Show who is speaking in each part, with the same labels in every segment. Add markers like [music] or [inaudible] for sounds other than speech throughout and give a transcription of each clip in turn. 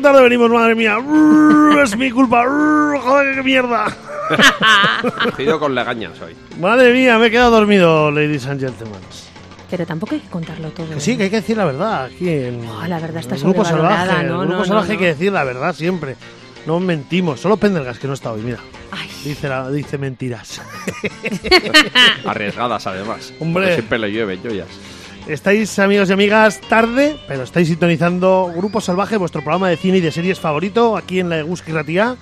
Speaker 1: tarde venimos, madre mía. Brr, es mi culpa. Brr, joder, qué mierda.
Speaker 2: Cogido con lagañas hoy.
Speaker 1: Madre mía, me he quedado dormido, ladies and gentlemen.
Speaker 3: Pero tampoco hay que contarlo todo.
Speaker 1: Que sí, que hay que decir la verdad aquí en
Speaker 3: Oh, la verdad está
Speaker 1: en Grupo
Speaker 3: sobrevalorada,
Speaker 1: Salvaje.
Speaker 3: no,
Speaker 1: en
Speaker 3: no,
Speaker 1: Grupo
Speaker 3: no,
Speaker 1: Salvaje hay
Speaker 3: no.
Speaker 1: que decir la verdad siempre. No mentimos. Solo Pendergas que no está hoy, mira.
Speaker 3: Ay.
Speaker 1: Dice, la- dice mentiras.
Speaker 2: Arriesgadas, además.
Speaker 1: Ah. Hombre.
Speaker 2: Porque siempre le llueve, joyas.
Speaker 1: Estáis, amigos y amigas, tarde, pero estáis sintonizando Grupo Salvaje, vuestro programa de cine y de series favorito, aquí en la Egusqui Ratia.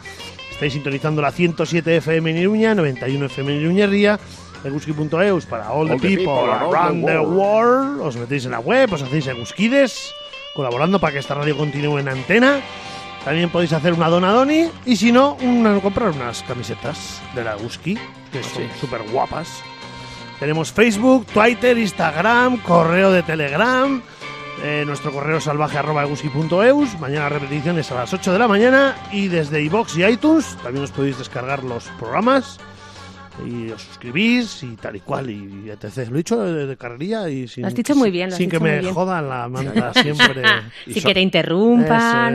Speaker 1: Estáis sintonizando la 107 FM en Iruña, 91 FM en Iruñería, egusqui.eus para all, the
Speaker 2: All the
Speaker 1: people,
Speaker 2: people
Speaker 1: around
Speaker 2: around
Speaker 1: the
Speaker 2: the
Speaker 1: world. Os metéis en la web, os hacéis egusquides, colaborando para que esta radio continúe en antena. También podéis hacer una dona doni y si no, una- comprar unas camisetas de la Egusqui, que son súper guapas. Tenemos Facebook, Twitter, Instagram, correo de Telegram, eh, nuestro correo salvaje arroba eguski.eus. Mañana repeticiones a las 8 de la mañana y desde iBox y iTunes también os podéis descargar los programas y os suscribís y tal y cual y etc. Lo he dicho de, de carrerilla y sin,
Speaker 3: Lo has dicho muy bien, lo has
Speaker 1: sin que
Speaker 3: dicho muy
Speaker 1: me
Speaker 3: bien.
Speaker 1: jodan la
Speaker 3: [laughs]
Speaker 1: manta siempre.
Speaker 3: si que te interrumpan.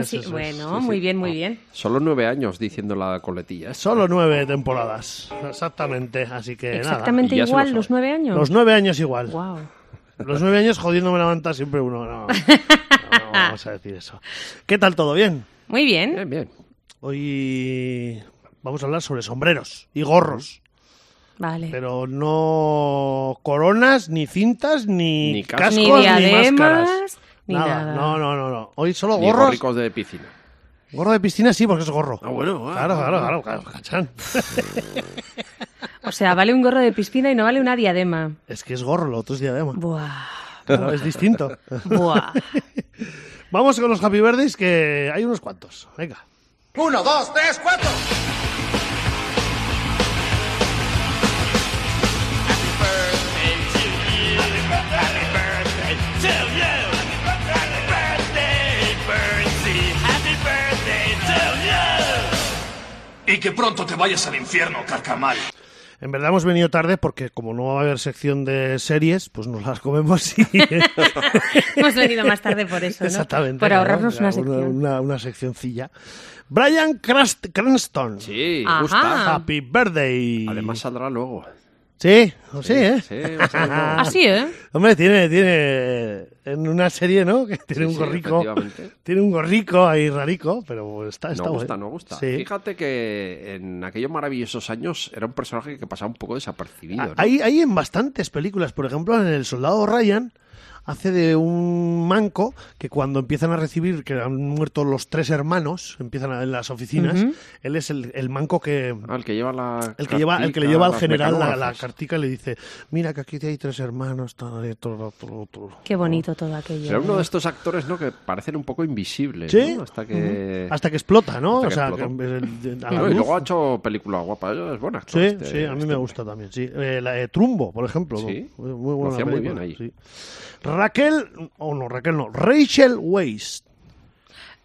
Speaker 1: Eso es,
Speaker 3: sí-
Speaker 1: eso es.
Speaker 3: bueno,
Speaker 1: Sí, Ah, eh,
Speaker 3: muy bien, muy bien.
Speaker 2: Solo nueve años diciendo la coletilla. ¿eh?
Speaker 1: Solo nueve temporadas, exactamente. Así que
Speaker 3: Exactamente
Speaker 2: Y ya se
Speaker 3: igual,
Speaker 2: lo
Speaker 3: los
Speaker 2: sabe.
Speaker 3: nueve años.
Speaker 1: nada. Los nueve años igual.
Speaker 3: Wow.
Speaker 1: Los nueve años jodiéndome la manta siempre uno. No, no, no vamos a decir eso. ¿Qué tal? ¿Todo bien?
Speaker 3: Muy
Speaker 1: ¿Eh?
Speaker 3: bien.
Speaker 2: Bien, bien.
Speaker 1: Hoy vamos a hablar sobre sombreros y gorros,
Speaker 3: Vale.
Speaker 1: pero no coronas, ni cintas, ni,
Speaker 2: Ni cascos.
Speaker 1: cascos, ni,
Speaker 3: Ni diademas,
Speaker 1: máscaras.
Speaker 3: ni nada.
Speaker 1: No, no, no, no. Hoy solo
Speaker 2: Ni
Speaker 1: gorros.
Speaker 2: ricos de piscina.
Speaker 1: Gorro de piscina sí, porque es gorro.
Speaker 2: Ah, bueno, ah,
Speaker 1: claro,
Speaker 2: ah,
Speaker 1: claro, claro, claro,
Speaker 2: [laughs]
Speaker 1: cachán.
Speaker 3: O sea, vale un gorro de piscina y no vale una diadema.
Speaker 1: Es que es gorro, lo otro es diadema.
Speaker 3: Buah.
Speaker 1: No, es distinto. [laughs]
Speaker 3: Buah.
Speaker 1: Vamos con los Happy Verdes, que hay unos cuantos. Venga.
Speaker 4: Uno, dos, tres, cuatro.
Speaker 5: Y que pronto te vayas al infierno, carcamal.
Speaker 1: En verdad hemos venido tarde porque como no va a haber sección de series, pues nos las comemos
Speaker 3: [laughs]
Speaker 1: y...
Speaker 3: Hemos venido más tarde por eso, ¿no?
Speaker 1: Exactamente.
Speaker 3: Por
Speaker 1: claro,
Speaker 3: ahorrarnos una
Speaker 1: una,
Speaker 3: sección.
Speaker 1: Una, una seccioncilla. Brian Crast- Cranston.
Speaker 2: Sí,
Speaker 3: Ajá.
Speaker 2: gusta.
Speaker 1: Happy birthday.
Speaker 2: Además saldrá luego.
Speaker 1: Sí, sí, ¿eh?
Speaker 2: Sí, va
Speaker 1: [laughs]
Speaker 2: a salir luego.
Speaker 3: Así, ¿eh?
Speaker 1: Hombre, tiene, tiene en una serie, ¿no? [laughs] Que tiene
Speaker 2: Sí,
Speaker 1: un
Speaker 2: sí,
Speaker 1: gorrico.
Speaker 2: efectivamente.
Speaker 1: tiene un gorrico ahí rarico, pero está, está
Speaker 2: No
Speaker 1: guay.
Speaker 2: gusta, no gusta.
Speaker 1: Sí.
Speaker 2: Fíjate que en aquellos maravillosos años era un personaje que pasaba un poco desapercibido. ¿no?
Speaker 1: Hay, hay en bastantes películas, por ejemplo, en El Soldado Ryan hace de un manco que cuando empiezan a recibir que han muerto los tres hermanos, empiezan a, en las oficinas, él es el, el manco que
Speaker 2: Ah, el que lleva la.
Speaker 1: el que lleva el que le
Speaker 2: cartica,
Speaker 1: lleva al
Speaker 2: las
Speaker 1: general la, la
Speaker 2: mecanógrafas.
Speaker 1: cartica y le dice, "Mira que aquí hay tres hermanos, tal, todo, todo, todo".
Speaker 3: Qué bonito todo aquello.
Speaker 2: Era uno
Speaker 3: ¿no?
Speaker 2: de estos actores, ¿no? Que parecen un poco invisibles.
Speaker 1: Sí.
Speaker 2: ¿no? Hasta que.
Speaker 1: Hasta que explota, ¿no?
Speaker 2: Hasta
Speaker 1: O
Speaker 2: que
Speaker 1: sea,
Speaker 2: explotó.
Speaker 1: que- el- de- a la
Speaker 2: No, y
Speaker 1: luz.
Speaker 2: luego ha hecho películas guapas. Es buena. actor
Speaker 1: Sí,
Speaker 2: este-
Speaker 1: sí, a mí
Speaker 2: este
Speaker 1: me
Speaker 2: hombre.
Speaker 1: gusta también, sí. Eh, la de Trumbo, por ejemplo.
Speaker 2: Sí,
Speaker 1: Muy buena
Speaker 2: lo hacía muy
Speaker 1: película,
Speaker 2: bien ahí.
Speaker 1: sí. Raquel, o no, Raquel no, Rachel Weisz.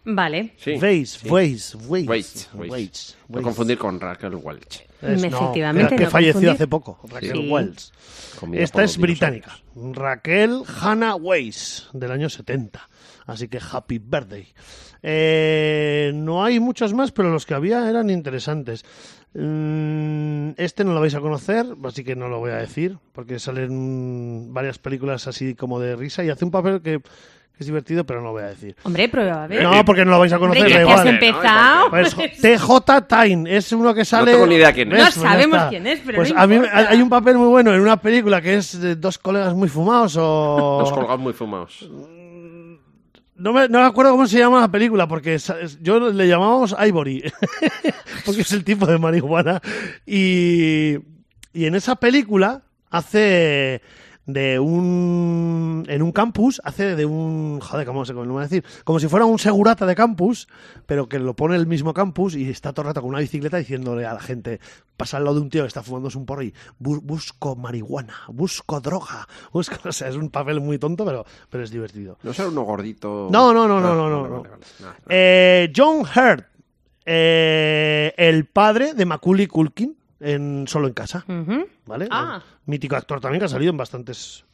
Speaker 3: Vale.
Speaker 2: Sí.
Speaker 1: Weisz,
Speaker 2: sí.
Speaker 1: Weisz, Weisz.
Speaker 2: Waits, Waits. No confundir con Raquel Welch.
Speaker 1: Es- no,
Speaker 3: Efectivamente,
Speaker 1: que- que
Speaker 3: no
Speaker 1: falleció
Speaker 3: confundir.
Speaker 1: hace poco, Raquel
Speaker 3: Sí.
Speaker 1: Wells.
Speaker 2: Comida
Speaker 1: Esta
Speaker 2: por
Speaker 1: es
Speaker 2: los dinosaurios.
Speaker 1: británica, Raquel Hannah Weisz, del año 70. Así que happy birthday. Eh, no hay muchos más, pero los que había eran interesantes. Mm, Este no lo vais a conocer, así que no lo voy a decir, porque salen varias películas así como de risa y hace un papel que, que es divertido, pero no lo voy a decir.
Speaker 3: Hombre, prueba, a ver.
Speaker 1: No, porque no lo vais a
Speaker 3: Hombre,
Speaker 1: conocer,
Speaker 3: ya
Speaker 1: da
Speaker 3: que
Speaker 1: igual.
Speaker 3: has empezado.
Speaker 1: Pues
Speaker 3: [laughs]
Speaker 1: TJ Tyne es uno que sale.
Speaker 2: tengo ni idea quién es.
Speaker 1: ¿Ves?
Speaker 3: No
Speaker 1: ya
Speaker 3: sabemos
Speaker 1: está.
Speaker 3: quién es, pero
Speaker 1: Pues
Speaker 3: no
Speaker 1: a mí
Speaker 3: importa.
Speaker 1: hay hay un papel muy bueno en una película que es de dos colegas muy fumados
Speaker 2: Los
Speaker 1: o.
Speaker 2: colgados muy fumados.
Speaker 1: No me, no me acuerdo cómo se llama la película porque es- es- yo le llamábamos Ivory [laughs] porque es el tipo de marihuana y y en esa película hace de un en un campus hace de un joder cómo se cómo lo voy a decir como si fuera un segurata de campus pero que lo pone el mismo campus y está todo el rato con una bicicleta diciéndole a la gente pasa al lado de un tío que está fumándose un porro y "Bu- busco marihuana busco droga busco [laughs] o sea es un papel muy tonto pero pero es divertido
Speaker 2: No será uno gordito.
Speaker 1: no, no, no,
Speaker 2: Ah,
Speaker 1: no, no, no.
Speaker 2: vale,
Speaker 1: no.
Speaker 2: vale, vale.
Speaker 1: [laughs]
Speaker 2: Nada, nada.
Speaker 1: Eh, John Hurt, eh, el padre de Macaulay Culkin en Solo en Casa,
Speaker 3: Ujú.
Speaker 1: ¿vale?
Speaker 3: Ah.
Speaker 1: Eh, Mítico actor también que ha salido en bastantes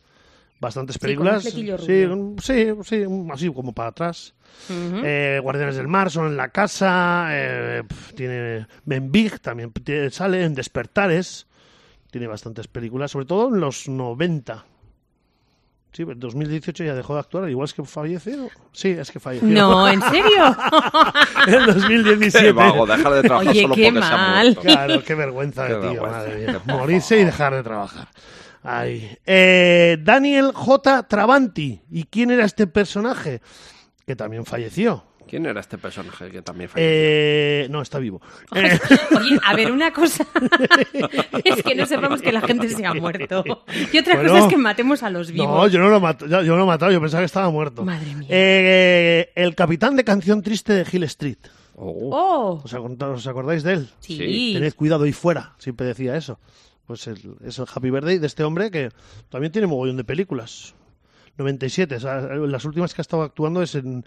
Speaker 1: bastantes
Speaker 3: con un
Speaker 1: películas.
Speaker 3: flequillo
Speaker 1: sí,
Speaker 3: rubio.
Speaker 1: un- sí, sí, un- así como para atrás. Eh, Guardianes del Mar, son en la casa. eh, pf, tiene Menbig también tiene- sale en Despertares. Tiene bastantes películas, sobre todo en los 90. Sí, en 2018 ya dejó de actuar, igual es que falleció. Sí, es que falleció.
Speaker 3: No, ¿en serio?
Speaker 1: [laughs] en 2017.
Speaker 2: [laughs] Qué vago, dejar de trabajar
Speaker 3: Oye,
Speaker 2: solo
Speaker 3: qué
Speaker 2: porque se ha
Speaker 3: mal.
Speaker 2: muerto.
Speaker 1: Claro, qué vergüenza de
Speaker 2: [laughs] Qué
Speaker 1: tío,
Speaker 2: vergüenza.
Speaker 1: madre
Speaker 2: Qué
Speaker 1: mía.
Speaker 2: poco.
Speaker 1: Morirse y dejar de trabajar. Ay. Eh, Daniel J. Travanti. ¿Y quién era este personaje? Que también falleció.
Speaker 2: ¿Quién era este personaje que también falleció?
Speaker 1: Eh, no, está vivo. Eh,
Speaker 3: Oye, a ver, una cosa [laughs] es que no sepamos que la gente se ha muerto. Y otra
Speaker 1: Bueno.
Speaker 3: cosa es que matemos a los vivos.
Speaker 1: no, yo no, lo mato- yo, yo no lo he matado, yo pensaba que estaba muerto.
Speaker 3: Madre mía.
Speaker 1: Eh, el capitán de Canción Triste de Hill Street.
Speaker 2: Oh.
Speaker 3: Oh,
Speaker 1: ¿Os, acor- os acordáis de él?
Speaker 3: sí.
Speaker 2: Sí,
Speaker 1: Tened cuidado ahí fuera, siempre decía eso. Pues el- es el Happy Birthday de este hombre que también tiene mogollón de películas. 97, o sea, las últimas que ha estado actuando es en,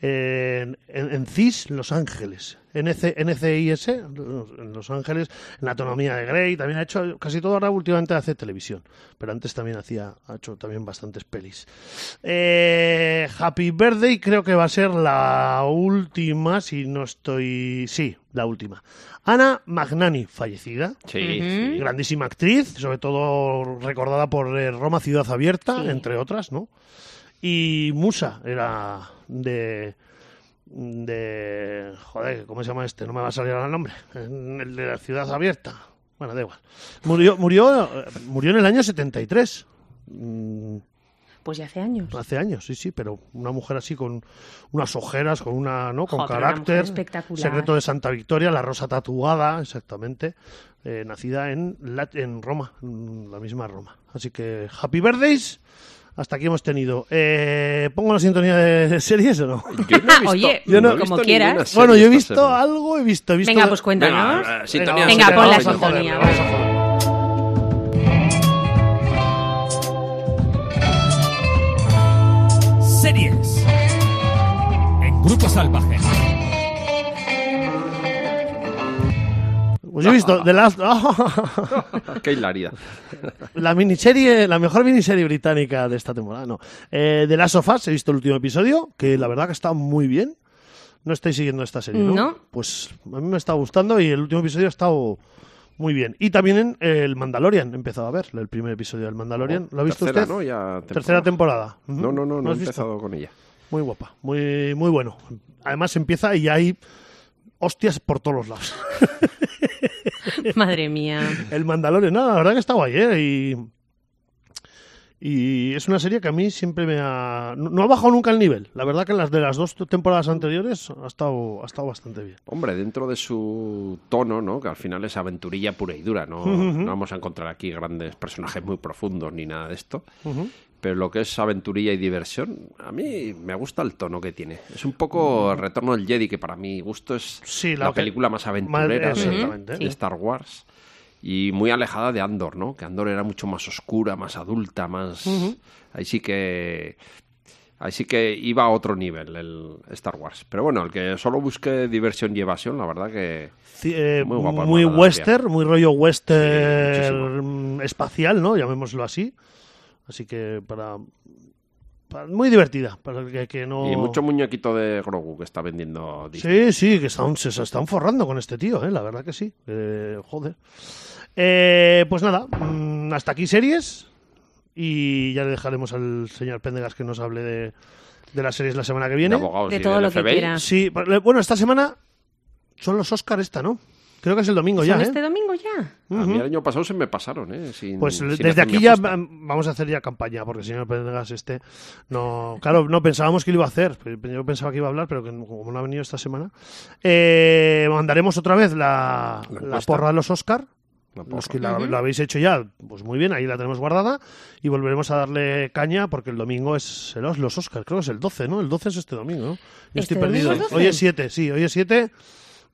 Speaker 1: en, en- en CIS, Los Ángeles. En NCIS, en Los Ángeles, en la autonomía de Grey, también ha hecho casi todo ahora últimamente hace televisión, pero antes también hacía, ha hecho también bastantes pelis. Eh, Happy Birthday creo que va a ser la última, si no estoy... Sí, la última. Ana Magnani, fallecida.
Speaker 2: Sí, sí.
Speaker 1: Grandísima actriz, sobre todo recordada por eh, Roma Ciudad Abierta, entre otras, ¿no? Y Musa era de de joder, ¿cómo se llama este? No me va a salir ahora el nombre. El de la Ciudad Abierta. Bueno, da igual. Murió murió eh, murió en el año 73. Mm,
Speaker 3: Pues ya hace años.
Speaker 1: hace años, sí, sí, pero una mujer así con unas ojeras, con una, ¿no? Con
Speaker 3: Joder, una
Speaker 1: carácter.
Speaker 3: mujer espectacular.
Speaker 1: Secreto de Santa Victoria, la rosa tatuada, exactamente. eh, nacida en, Lat- en Roma, en la misma Roma. Así que, happy birthdays. Hasta aquí hemos tenido. Eh, ¿Pongo la sintonía de series o no?
Speaker 2: Yo no he visto,
Speaker 3: Ah, Oye,
Speaker 1: Yo no-
Speaker 2: he visto
Speaker 3: como
Speaker 2: ninguna
Speaker 3: quieras.
Speaker 2: serie
Speaker 1: Bueno, yo he
Speaker 2: esta
Speaker 1: visto
Speaker 2: semana.
Speaker 1: algo, he visto, he visto.
Speaker 3: Venga, pues
Speaker 2: Venga,
Speaker 3: cuéntanos.
Speaker 2: eh, sintonía.
Speaker 3: Venga,
Speaker 2: sí,
Speaker 3: pon la
Speaker 2: vamos a
Speaker 1: vamos a joder,
Speaker 3: sintonía,
Speaker 1: vamos a
Speaker 3: va.
Speaker 1: joder.
Speaker 6: Series. En Grupo Salvaje.
Speaker 1: Pues yo he visto The Last. [laughs]
Speaker 2: Qué hilaridad.
Speaker 1: La miniserie, la mejor miniserie británica de esta temporada, no. Eh, de Last of Us, he visto el último episodio, que la verdad que está muy bien. No estáis siguiendo esta serie, ¿no?
Speaker 3: No.
Speaker 1: Pues a mí me está gustando y el último episodio ha estado muy bien. Y también en eh, el Mandalorian, he empezado a ver el primer episodio del Mandalorian. ¿Lo ha visto
Speaker 2: Oh, Tercera,
Speaker 1: usted?
Speaker 2: ¿no? Ya
Speaker 1: Tercera temporada. Ujú.
Speaker 2: No, no, no,
Speaker 1: ¿Lo
Speaker 2: no he
Speaker 1: has visto?
Speaker 2: empezado con ella.
Speaker 1: Muy guapa, muy, muy bueno. Además empieza y hay hostias por todos los lados.
Speaker 3: Madre mía.
Speaker 1: El Mandalorian, no, la verdad que está guay, ¿eh? Y, y es una serie que a mí siempre me ha... No, no ha bajado nunca el nivel. La verdad que las de las dos temporadas anteriores ha estado, ha estado bastante bien.
Speaker 2: Hombre, dentro de su tono, ¿no? Que al final es aventurilla pura y dura, ¿no? No vamos a encontrar aquí grandes personajes muy profundos ni nada de esto. Pero lo que es aventurilla y diversión, a mí me gusta el tono que tiene. Es un poco el Retorno del Jedi, que para mi gusto es
Speaker 1: Sí, la
Speaker 2: la,
Speaker 1: que-
Speaker 2: película más aventurera
Speaker 1: Más-
Speaker 2: de-
Speaker 1: exactamente.
Speaker 2: de,
Speaker 1: Sí.
Speaker 2: Star Wars. Y muy alejada de Andor, ¿no? Que Andor era mucho más oscura, más adulta, más... Ahí sí que Ahí sí que iba a otro nivel el Star Wars. Pero bueno, el que solo busque diversión y evasión, la verdad que...
Speaker 1: Sí, eh,
Speaker 2: Muy guapa el
Speaker 1: muy
Speaker 2: Mandalorian.
Speaker 1: western, muy rollo western
Speaker 2: Sí,
Speaker 1: mm, espacial, ¿no? Llamémoslo así. Así que para... para- muy divertida, para el que, que no...
Speaker 2: Y mucho muñequito de Grogu que está vendiendo Disney.
Speaker 1: Oh. Sí, sí, que están, se se están forrando con este tío, ¿eh? la verdad que sí. Eh, joder. Eh, pues nada, mm, hasta aquí series. Y ya le dejaremos al señor Pendegas que nos hable de, de las series la semana que
Speaker 2: de
Speaker 1: viene.
Speaker 2: abogados
Speaker 3: De
Speaker 2: y
Speaker 3: todo
Speaker 2: del
Speaker 3: lo que
Speaker 2: FBI.
Speaker 3: quiera.
Speaker 1: Sí, pero le- bueno, esta semana son los Oscar esta, ¿no? Creo que es el domingo ya,
Speaker 3: ¿Son
Speaker 1: ¿eh?
Speaker 3: este domingo ya?
Speaker 2: A mí el año pasado se me pasaron, ¿eh? Sin-
Speaker 1: Pues
Speaker 2: sin
Speaker 1: desde
Speaker 2: hacerme
Speaker 1: aquí ya
Speaker 2: apuesta.
Speaker 1: mm, vamos a hacer ya campaña, porque el señor Pendergast este no, claro, no pensábamos que lo iba a hacer, pero yo pensaba que iba a hablar, pero que no- como no ha venido esta semana, eh, mandaremos otra vez la,
Speaker 2: La
Speaker 1: la
Speaker 2: encuesta.
Speaker 1: porra de los Oscar.
Speaker 2: No puedo.
Speaker 1: Los que la- lo habéis hecho ya, pues muy bien, ahí la tenemos guardada y volveremos a darle caña porque el domingo es el, os- los Oscar, creo que es el 12, ¿no? El 12 es este domingo, ¿no? Yo
Speaker 3: ¿Este
Speaker 1: estoy
Speaker 3: domingo
Speaker 1: perdido.
Speaker 3: es 12?
Speaker 1: Hoy es 7, sí, hoy es 7,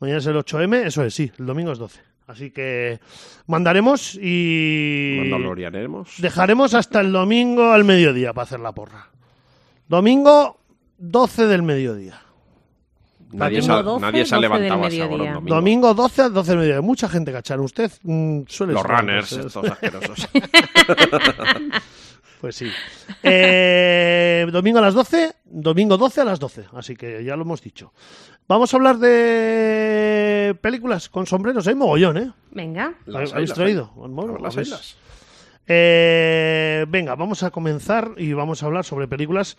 Speaker 1: mañana es el 8M, eso es, sí, el domingo es 12. Así que mandaremos y
Speaker 2: Cuando lo orianemos.
Speaker 1: dejaremos hasta el domingo al mediodía para hacer la porra. Domingo 12 del mediodía.
Speaker 2: Nadie,
Speaker 3: Domingo
Speaker 2: se,
Speaker 3: 12,
Speaker 2: nadie se ha
Speaker 3: 12 del
Speaker 2: levantado hasta
Speaker 3: mediodía.
Speaker 2: ahora un domingo.
Speaker 1: Domingo 12 a 12 del mediodía. Mucha gente cachar. Usted mm, suele
Speaker 2: Los
Speaker 1: ser- [laughs]
Speaker 2: runners, estos asquerosos.
Speaker 1: Pues sí. [laughs] Eh, domingo a las 12, domingo 12 a las 12, así que ya lo hemos dicho. Vamos a hablar de películas con sombreros, hay mogollón, ¿eh?
Speaker 3: Venga.
Speaker 2: Las
Speaker 1: ¿Habéis
Speaker 2: islas,
Speaker 1: traído?
Speaker 2: ¿eh?
Speaker 1: Bueno,
Speaker 2: A ver las
Speaker 1: habéis-
Speaker 2: islas.
Speaker 1: Eh, venga, vamos a comenzar y vamos a hablar sobre películas